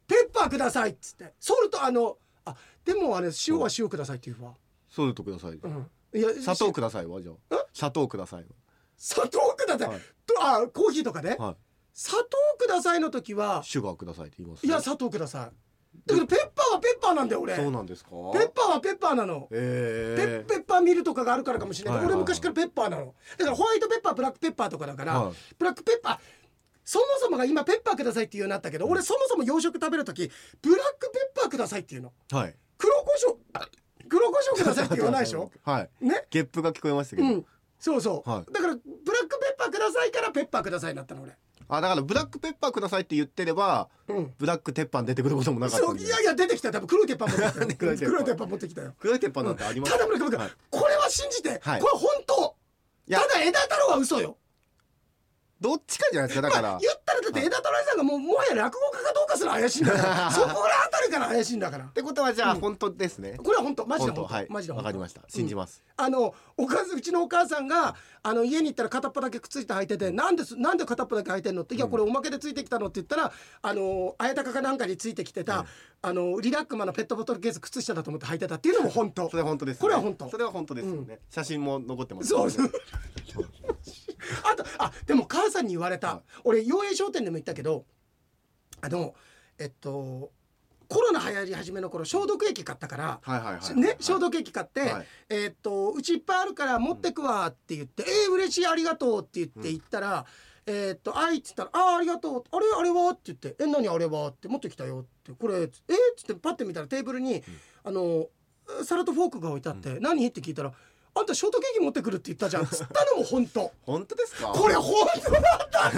A: ペッパーくださいっつってソルトあのあでもあれ塩は塩くださいって言うわ、
B: ソルトください、
A: うん、いや
B: 砂糖くださいはじゃあ
A: え
B: 砂糖ください
A: 砂糖ください、
B: はい
A: とあコーヒーとかね、
B: は、はい、
A: 砂糖くださいの時は
B: シュガーくださいって言います
A: いや砂糖くださいだけどペッパーはペッパーなんだよ俺ペ
B: そ
A: ッ
B: うなんですか
A: パーはペッパーなの、
B: え
A: ペ
B: え
A: ッペッパーミルとかがあるからかもしれない,、
B: はいはいはい
A: 俺昔からペッパーなのだからホワイトペッパーブラックペッパーとかだから、
B: はい
A: ブラックペッパーそもそもが今ペッパーくださいって言うようになったけど俺そもそも洋食食べる時ブラックペッパーくださいっていうの
B: はい
A: 黒胡椒あ黒胡椒くださいって言わないでしょ
B: はい
A: ね
B: ゲップが聞こえましたけ
A: う
B: ど、
A: んそうそう、
B: はい
A: だからブラックペッパーくださいからペッパーくださいになったの俺
B: あだからブラックペッパーくださいって言ってれば、
A: うん
B: ブラック鉄板出てくることもなかった
A: そ
B: ん
A: う
B: で
A: いやいや出てきたよ多分黒い鉄板持ってきたよ
B: 黒い鉄
A: 黒い鉄
B: 板
A: 板持ってきたよ
B: 黒い鉄板なんてあります
A: ただ村上君、
B: はい
A: これは信じて、
B: はい
A: これ本当
B: いや
A: ただ枝太郎は嘘よ
B: どっちかじゃないですかだから、
A: まあ言ったらだって枝太郎さんがもうもはや落語家かどうかすら怪しいんだから そこらあたりから怪しいんだから
B: ってことはじゃあ、本当ですね
A: これは本当マジで
B: 本
A: 本
B: 当
A: 当
B: はい
A: マジで
B: わ
A: 本当
B: かりました信じます、
A: あのおかずうちのお母さんがあの家に行ったら片っぽだけくっついて履いてて「なんですなんで片っぽだけ履いてんの?」って「いやこれおまけでついてきたの」って言ったらあの綾鷹かなんかについてきてた、あのリラックマのペットボトルケース靴下だと思って履いてたっていうのも本当
B: それは本当です、ね、
A: これは本当
B: それは本当ですよね、写真も残ってます
A: そうそう。あとあでも母さんに言われた、
B: はい
A: 俺養栄商店でも言ったけどあのえっとコロナ流行り始めの頃消毒液買ったから、
B: はいはいはい
A: ね、消毒液買って、
B: はい
A: えっとうちいっぱいあるから持ってくわって言って「えー、嬉しいありがとう」って言って行ったら「えっとあい」っつったら「あーありがとう」「あれあれは?」って言って「え何あれは?」って持ってきたよって「これえっ?」つってパッて見たらテーブルに、あの皿とフォークが置いてあって「何?」って聞いたら「あんたショートケーキ持ってくるって言ったじゃん」つったのも本当。
B: 本当ですか
A: これ本当 なんだって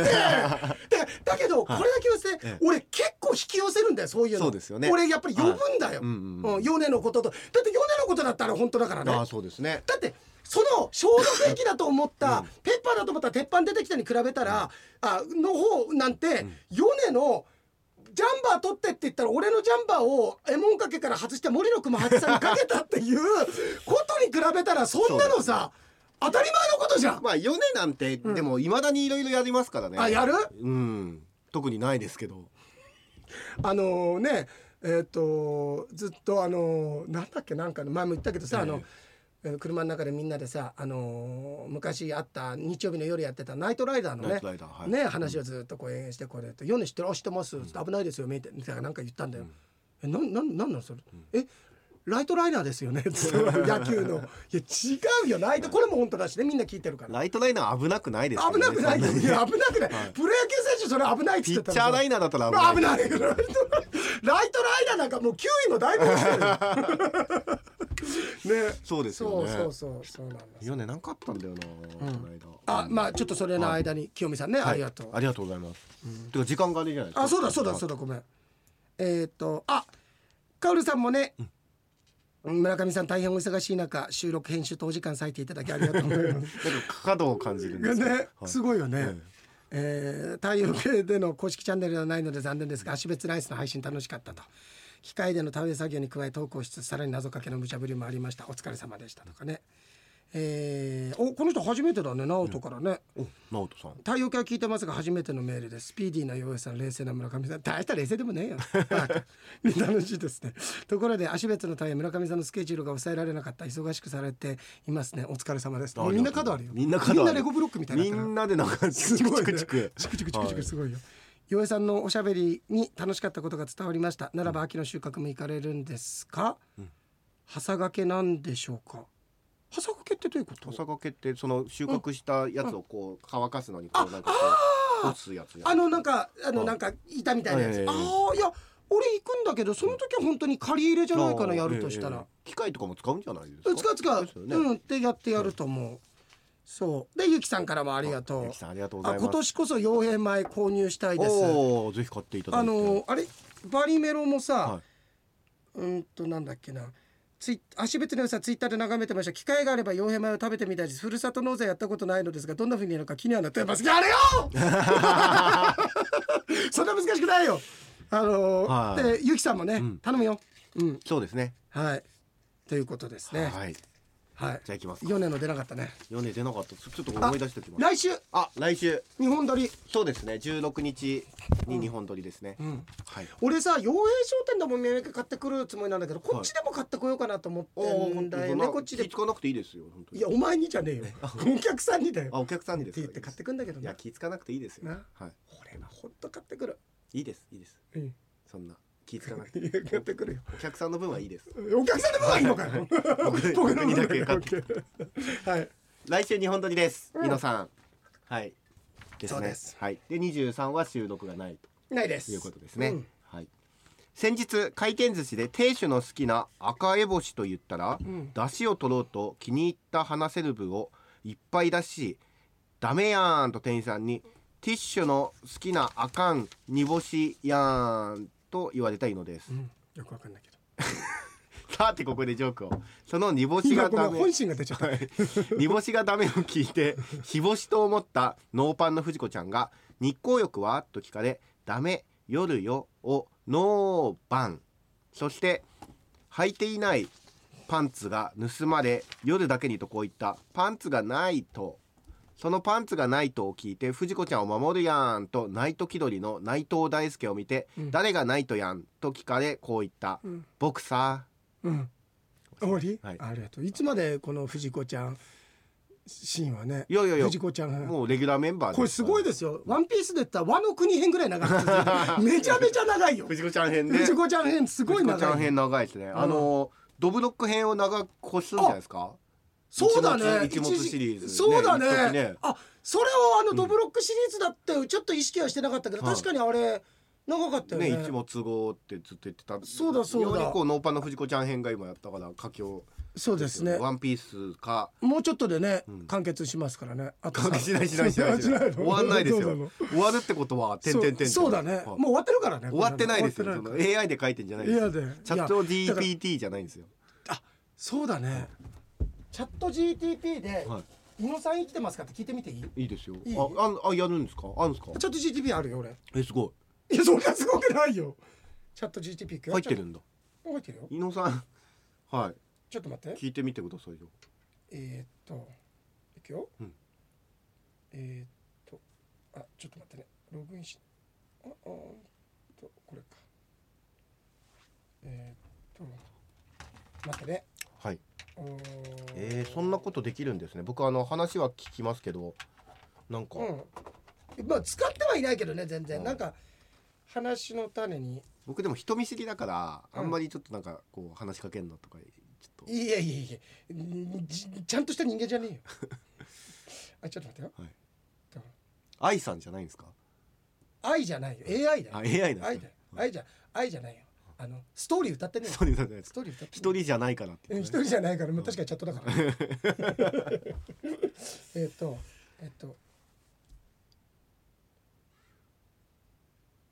A: だだけどこれだけはせ、
B: え
A: 俺結構引き寄せるんだよそういうの
B: そうですよね
A: 俺やっぱり呼ぶんだよ、
B: うんうんうん
A: うんヨネのこととだってヨネのことだったら本当だからね
B: ああそうですね
A: だってその消毒液だと思った、ペッパーだと思ったら鉄板出てきたに比べたら、あの方なんて、ヨネのジャンバー取ってって言ったら俺のジャンバーをえもんかけから外して森の熊八さんにかけたっていうことに比べたらそんなのさ当たり前のことじゃん、
B: まあ米なんて、でもいまだにいろいろやりますからね
A: あやる
B: うん特にないですけど
A: あのねえっ、とずっとあのなんだっけなんかの前も言ったけどさ、あのえー車の中でみんなでさ、あの昔あった日曜日の夜やってたナイトライダーの
B: ナ
A: ね
B: イトライダーはい
A: ね話をずっとこう延々してこれと「米知ってるあ知ってます」つって危ないですよ」みたいななんか言ったんだよ。えなんなんなんなんそれ、えライトライナーですよね つって野球 のいや違うよライトこれも本当だしねみんな聞いてるから
B: ライトライナー危なくないです
A: 危なくないよ
B: そん
A: いや危なくない、プロ野球選手それ危ないっつ
B: ピ
A: って
B: ッ
A: た
B: チャーライナーだったら危な
A: 危
B: い
A: ないライトライライトライナーなんかもう9位もだいぶ落ちてるよね
B: そうですよね
A: そうそうそうそうなんだ
B: 米なんかあったんだよな、この間
A: あまあちょっとそれの間に清美さんね、ありがとう
B: ありがとうございます、てか時間があれじゃないですか
A: あそうだそうだそうだごめんえーっとあカウルさんもね、村上さん大変お忙しい中収録編集とお時間割いていただきありがとうございます
B: なんか過度を感じるんですけど
A: ね、すごいよね、
B: はい
A: えー太陽系での公式チャンネルではないので残念ですが足別ライスの配信楽しかったと機械での食べ作業に加え投稿しつつさらに謎かけの無茶ぶりもありましたお疲れ様でしたとかねえーおこの人初めてだね直人からね、
B: お直人さん
A: 太陽系は聞いてますが初めてのメールですスピーディーな洋江さん冷静な村上さん大した冷静でもねえよバカ楽しいですねところで足別の大変村上さんのスケジュールが抑えられなかった忙しくされていますねお疲れ様ですもうみんな角あるよ
B: みんな角ある
A: レゴブロックみたいに
B: み
A: なってる
B: んなでなんかチクチ
A: すごい
B: ク
A: ね
B: チ ク
A: チクチクチクチク
B: はい
A: すごいよ。岩井さんのおしゃべりに楽しかったことが伝わりました。ならば秋の収穫も行かれるんですか。はさがけなんでしょうか。はさがけってどういうこと
B: 土。佐掛けってその収穫したやつをこう乾かすのにこうなんかこう落すやつや
A: あのなんか、あの
B: はい
A: なんか板みたいなやつ。
B: ええ
A: ああ、いや、俺行くんだけど、その時は本当に借り入れじゃないかな、やるとしたら。
B: 機械とかも使うんじゃないです
A: う
B: か
A: ん使う使
B: で
A: う
B: すよ、ね
A: うん、ってやってやると思う。そう、で、ゆきさんからもありが
B: ゆ
A: と
B: きさんありがと
A: う。
B: うござ
A: あ、
B: います
A: 今年こそ傭兵米購入したいです。
B: おおぜひ買っていただい
A: あ
B: て
A: のあれバリメロもさ、
B: はいう
A: ーんとなんだっけなツイ足別の良さツイッターで眺めてました機会があれば傭兵米を食べてみたいですふるさと納税やったことないのですがどんな風にやるのか気にはなってますやれよ そんな難しくないよあの
B: はい
A: でゆきさんもね、
B: ん
A: 頼むようん
B: そうですね
A: はいということですね
B: はい
A: はい
B: じゃあ行きますか
A: 4年の出なかったね
B: 米出なかったちょちょっと思い出しておきます
A: 来週
B: あ来週
A: 日本撮り
B: そうですね16日に日本撮りですね
A: ん
B: はい
A: 俺さ傭兵商店でもみやめ買ってくるつもりなんだけどこっちでも買ってこようかなと思ってんだよね、こっちで
B: 気付かなくていいですよ本当
A: い
B: に
A: やお前にじゃねえよお客さんにだよ
B: あお客さんに
A: っ
B: で
A: て
B: す
A: 言って買ってくんだけど
B: いや
A: な
B: 気付かなくていいですよ
A: な
B: は
A: 俺はほんと買ってくる
B: いいいですいいです
A: うん
B: そんな気付かなくて
A: いや買ってくるよ
B: お客さんの分はいいです
A: お客さんの分はいいのかよ
B: 僕
A: 僕の
B: 僕にだ
A: 分
B: け買っ
A: けはい
B: 来週日本撮りです
A: うん
B: 伊野さんはいです
A: そう
B: ね
A: です
B: はいで23は収録がないと
A: ないです
B: ということですね。
A: うん
B: はい。先日回転寿司で亭主の好きな赤烏帽子と言ったら、
A: ん
B: 出汁を取ろうと気に入った話せる部をいっぱい出しダメやーんと店員さんにティッシュの好きなあかん煮干しやーんと言われたいのです、
A: うんよくわかんないけど
B: さてここでジョークをその煮干し
A: 今
B: が
A: ごめ
B: ダ
A: ん
B: メ
A: 本心が出ちゃった
B: はい煮干しがダメを聞いて日干しと思ったノーパンの藤子ちゃんが「日光浴は?」と聞かれ「ダメ夜よ」を「ノーパン」そして履いていないパンツが盗まれ夜だけにとこういった「パンツがないと」そのパンツがないとを聞いて藤子ちゃんを守るやんとナイト気取りの内藤大輔を見て、誰がナイトやんと聞かれこう言った、
A: ん
B: 僕さ
A: うん終わり
B: はい
A: ありがとういつまでこの藤子ちゃんシーンはね
B: いやいやいや
A: 藤子ちゃん
B: もうレギュラーメンバーで
A: これすごい
B: で
A: ですよワンピースで言ったら和の国編ぐらい長く続 くめちゃめちゃ長いよ
B: 藤子ちゃん編ね
A: 藤子ちゃん編すごい
B: 藤子ちゃん
A: 長い
B: 編長いですね。あのドブロック編を長く越すんじゃないですか。
A: そうだね
B: 一物シリーズね
A: そうだ
B: 一
A: ね
B: 時ね
A: あそれをあのドブロックシリーズだってちょっと意識はしてなかったけど、
B: はい
A: 確かにあれ長かったよね
B: ね一物号ってずっと言ってた。
A: そうだそうだ
B: よりこうノーパンの藤子ちゃん編が今やったから佳境。
A: そうですね
B: ワンピースか。
A: もうちょっとでね、完結しますからねあとさ
B: 関係しないしないしないしな
A: あ
B: い。終わんな いです
A: そうなの
B: よ。終わるってことは点
A: そう
B: 点点。
A: そうだね、
B: はい
A: もう終わってるからね
B: 終わってないです
A: 終わ
B: よ。
A: っ
B: そ
A: て
B: の
A: ない
B: AI で書いてんじゃないですよ。
A: いやで
B: チャット
A: いやだから
B: GPT じゃないんですよ。
A: あそうだねチャット GTP で、
B: は
A: 伊野さん生きてますかって聞いてみていい
B: いいですよ
A: いい。
B: ああんあやるんですか。あるんですか。
A: チャット GTP あるよ俺
B: えすごい。
A: いやそんなすごくないよチャット GTP 行くよ
B: 入ってるんだ
A: チャット入ってるよ
B: 伊野さんは
A: ちょっと待っ
B: い
A: て
B: 聞いてみてくださいよ
A: えー、っといくよ、
B: うん
A: えー、っとあちょっと待ってねログインしああーっとこれかえー、っと待ってね
B: はい
A: おー
B: えー、そんなことできるんですね僕あの話は聞きますけどなんか、
A: うんまあ使ってはいないけどね全
B: う
A: 然
B: ん
A: なんか話の種に
B: 僕でも人見知りだから
A: うん
B: あんまりちょっとなんかこう話しかけんなとかちょっと
A: いやいやいやんじちゃんとした人間じゃ ねえよあちょっと待ってよ
B: 愛さんじゃないんですか
A: 愛じゃないよ AI だよ
B: あ AI なん
A: 愛
B: です
A: だ
B: ね
A: よ愛じゃ愛じゃないよあのストーリー歌ってね
B: そうじゃないです
A: ス
B: か
A: トーリー歌ってね
B: 一人じゃないからっ
A: う
B: て言
A: ん
B: っ
A: 一
B: てね、
A: 人じゃないから、まあ、確かにチャットだから。 えっと、えっと。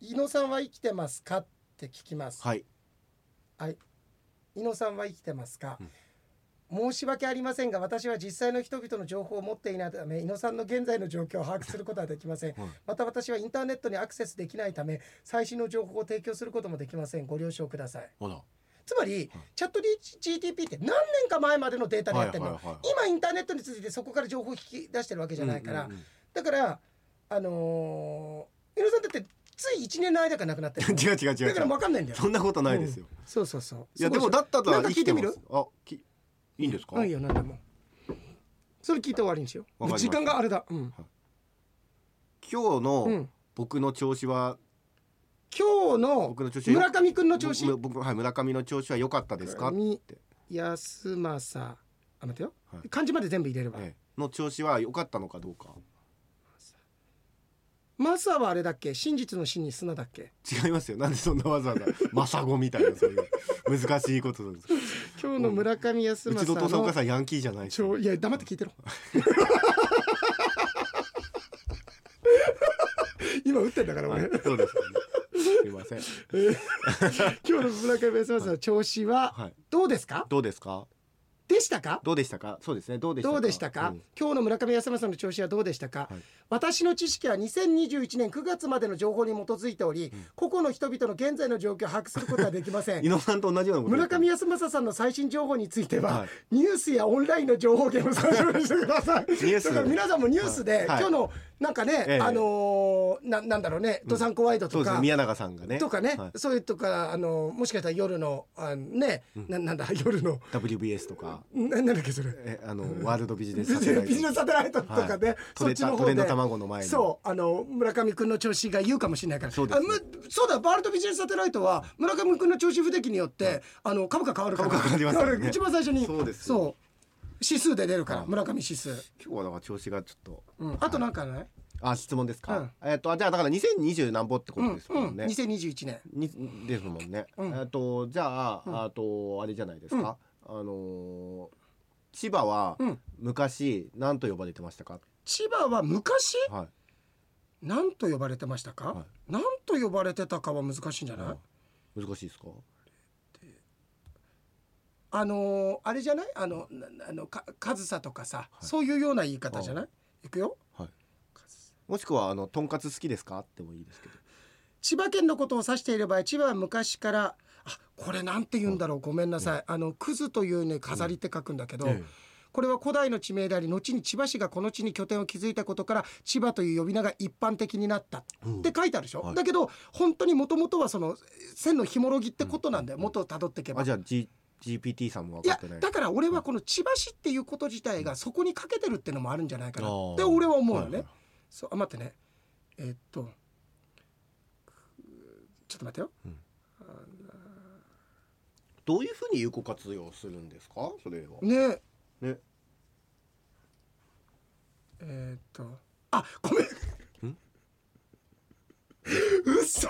A: 伊野さんは生きてますかって聞きます。
B: はい
A: 伊野さんは生きてますか
B: うん。
A: 申し訳ありませんが私は実際の人々の情報を持っていないため伊野さんの現在の状況を把握することはできません、
B: はい
A: また私はインターネットにアクセスできないため最新の情報を提供することもできませんご了承ください
B: ほら
A: つまり、チャット GTP って何年か前までのデータでやってるの、
B: はいはいはい
A: 今インターネットについてそこから情報を引き出してるわけじゃないから、
B: うんうんうん
A: だからあのー、井上さんだってつい1年の間から亡くなってる
B: 違う違う違う違
A: だから
B: う
A: 分かんないんだよ
B: そんなことないですよ、
A: そうそうそう
B: いやでもだったら
A: なんか聞いてみる
B: 生きますあきいいんですか、
A: うんいいよなんでもそれ聞いて終わりにしよ
B: わかり
A: う
B: まし
A: 時
B: た
A: 間があれだうん、
B: 今日
A: う
B: の
A: ん、
B: 僕の調子は、
A: 今日の
B: 僕の調子は
A: 村上君の調子
B: 僕僕はい村上の調子は良かったですか、
A: 村上
B: て
A: 安政あ待てよ、
B: はい
A: 漢字まで全部入れれば、
B: ええの調子は良かったのかどうか
A: マサはあれだっけ真実の真に砂だっけ
B: 違いますよなんでそんな わざわざマサゴみたいなそういう難しいことなんです
A: 今日の村上安
B: うち
A: 政
B: の
A: の
B: お父さんお母さんヤンキーじゃないです
A: ちょいや黙って聞いて ろ今打ってんだから
B: はい
A: 俺
B: そうですよねすいません
A: 今日の村上康正の調子
B: は
A: はいどうですか
B: どうですか
A: でしたか
B: どうでしたかそうですねどうでしたか
A: どうでしたか
B: ん
A: 今日の村上康正の調子はどうでしたか
B: はい
A: 私の知識は2021年9月までの情報に基づいており個々の人々の現在の状況を把握することはできません
B: 伊野さんと同じようなこと
A: 村上康正さんの最新情報については、
B: はい
A: ニュースやオンラインの情報源を参照してください。
B: ュース
A: だから皆さんもニュースで、
B: はいはい
A: 今日のなんかね、
B: ええ
A: あのーななんだろうね、ドサンコワイド
B: そ
A: と
B: うです
A: か。
B: ね宮永さんがね
A: とかね、
B: はい
A: そういうとかあのーもしかしたら夜のあのね、ななんだ夜の
B: WBS とか
A: ななんだっけそれ
B: えあのワールドビジネ
A: ビ
B: スサテライト
A: ジネスサテライトとかね、
B: はいト
A: そっ
B: レ
A: ちの
B: タ
A: 方
B: ト
A: で
B: レンド卵の前に
A: そうあの村上君の調子が言うかもしれないから
B: そうですね
A: あむそうだバールドビジネスサテライトは村上君の調子不出来によって、あの株価変わるから
B: 株価変わりますからね
A: だから一番最初に
B: そうです
A: そう指数で出るから、
B: はい
A: 村上指数、
B: 今日はだから調子がちょっと
A: うん、あとなんかない、
B: あ質問ですか、
A: う
B: えっとあじゃあだから2020何ぼってこ
A: うんう
B: と
A: ん、
B: ですもんね、
A: 2021年
B: にですもんね、
A: うん
B: えっとじゃあ、
A: うん
B: あとあれじゃないですか、あのー千葉は
A: うん
B: 昔何と呼ばれてましたか、
A: 千葉は昔
B: はい
A: 何と呼ばれてましたか、
B: は
A: 何と呼ばれてたかは難しいんじゃない、
B: うん難しいですか
A: あのーあれじゃないあのなあのか上総とかさ、そういうような言い方じゃない、いくよ
B: はいもしくはあのとんかつ好きですかってもいいですけど
A: 千葉県のことを指している場合千葉は昔からあこれなんて言うんだろう、ごめんなさい、あのクズというね飾りって書くんだけど、
B: ええ
A: これは古代の地名であり後に千葉市がこの地に拠点を築いたことから千葉という呼び名が一般的になったって書いてあるでしょ、
B: はい
A: だけど本当にもともとはその線のひもろぎってことなんだよ、元をたどっていけば
B: あじゃあ、G、GPT さんも
A: い
B: 分かっ
A: や
B: てない
A: だから俺はこの千葉市っていうこと自体がそこにかけてるってのもあるんじゃないかな
B: あー
A: って俺は思うよ
B: はいはい
A: ね。そうあ待ってねえーっとちょっと待ってよ
B: どういうふうに有効活用するんですかそれは
A: ね
B: ね
A: えーっとあごめん嘘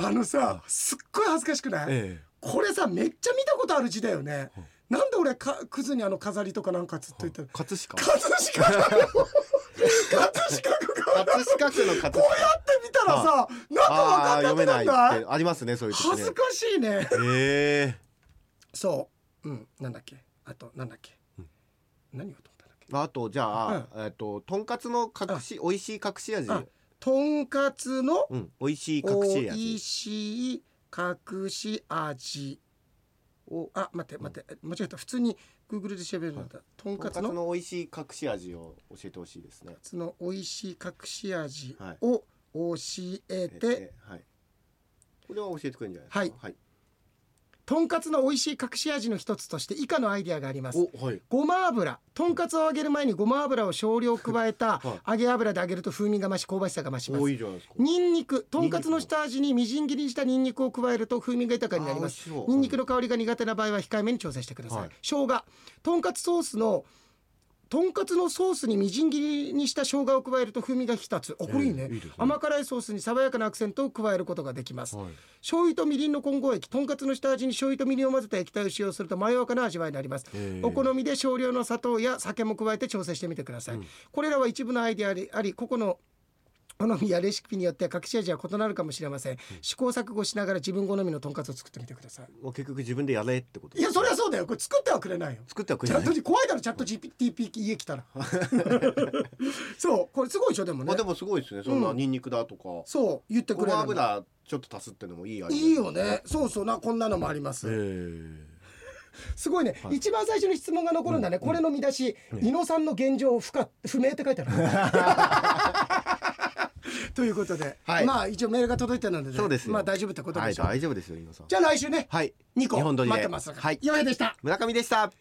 A: あのさすっごい恥ずかしくない、
B: え
A: これさめっちゃ見たことある字だよね、なんで俺かクズにあの飾りとかなんかつっといてる、
B: 葛飾
A: 葛飾だよ葛飾区が
B: 葛飾区の葛
A: こうやって見たらさ、なんか
B: ああー
A: 分かんな
B: 読め
A: くな
B: な
A: ん
B: い
A: な
B: っ
A: い
B: てありますねそういう時
A: 恥ず
B: ね
A: かしいね。
B: え
A: そう。うん。なんだっけあと、なんだっけ、何を取ったんだっけ
B: えあとじゃあ、
A: うん
B: えっととんかつの隠し美味しい隠し味
A: あとんかつの
B: うん、美味しい隠し
A: 美味
B: 味。
A: しい隠し味をあ待って待って間違えた普通に Google で調べるんだったとん
B: とん
A: か
B: かつ
A: つの
B: の美味しい隠し味を教えてほしいですね。
A: その美味しい隠し味
B: はい
A: を教えて、
B: ええはい。これは教えてくれるんじゃないですか。はい。
A: とんかつの美味しい隠し味の一つとして以下のアイデアがあります
B: お、はい。
A: ごま油とんかつを揚げる前にごま油を少量加えた、
B: は
A: 揚げ油で揚げると風味が増し香ばしさが増しま
B: 多
A: す
B: いじゃないですか。
A: にんにくとんかつの下味にみじん切りにしたにんにくを加えると風味が豊かになります
B: あ。美味しそう
A: にんにくの香りが苦手な場合は控えめに調整してください、
B: はい
A: 生姜とんかつソースのとんかつのソースにみじん切りにした生姜を加えると風味が引き立つあこれいいね,、
B: ええいいですね
A: 甘辛いソースに爽やかなアクセントを加えることができます、
B: はい。
A: 醤油とみりんの混合液とんかつの下味に醤油とみりんを混ぜた液体を使用するとまろやかな味わいになります、
B: ええ
A: お好みで少量の砂糖や酒も加えて調整してみてください、これらは一部のアイデアであり個々の好みやレシピによって隠し味は異なるかもしれません、試行錯誤しながら自分好みのとんかつを作ってみてください
B: もう結局自分でやれってこと。
A: いやそりゃそうだよこれ作ってはくれないよ
B: 作ってはくれ
A: チ
B: な
A: ャ
B: い
A: ッ。ト怖いだろチャット GTP 家来たらそうこれすごいでしょでもね
B: まあでもすごいですね。そんなニンニクだとか。
A: そう言ってく
B: ご
A: れる
B: ま
A: の
B: 油ちょっと足すってのもいいアイデア
A: いいよねそうそうなこんなのもあります、
B: ええ。
A: すごいね、一番最初の質問が残るんだね、これの見出し、伊野さんの現状不 可不明って書いてある ということで、
B: はい
A: まあ一応メールが届いてるのでね、
B: そうですよ
A: まあ大丈夫ってこと
B: は
A: で
B: い、
A: しょう、
B: 大丈夫ですよ、伊野さん
A: じ。ゃあ来週ね、
B: はい。
A: 二2個
B: 日本撮りで
A: 待ってます
B: はい
A: 岩井でした
B: 村上でした。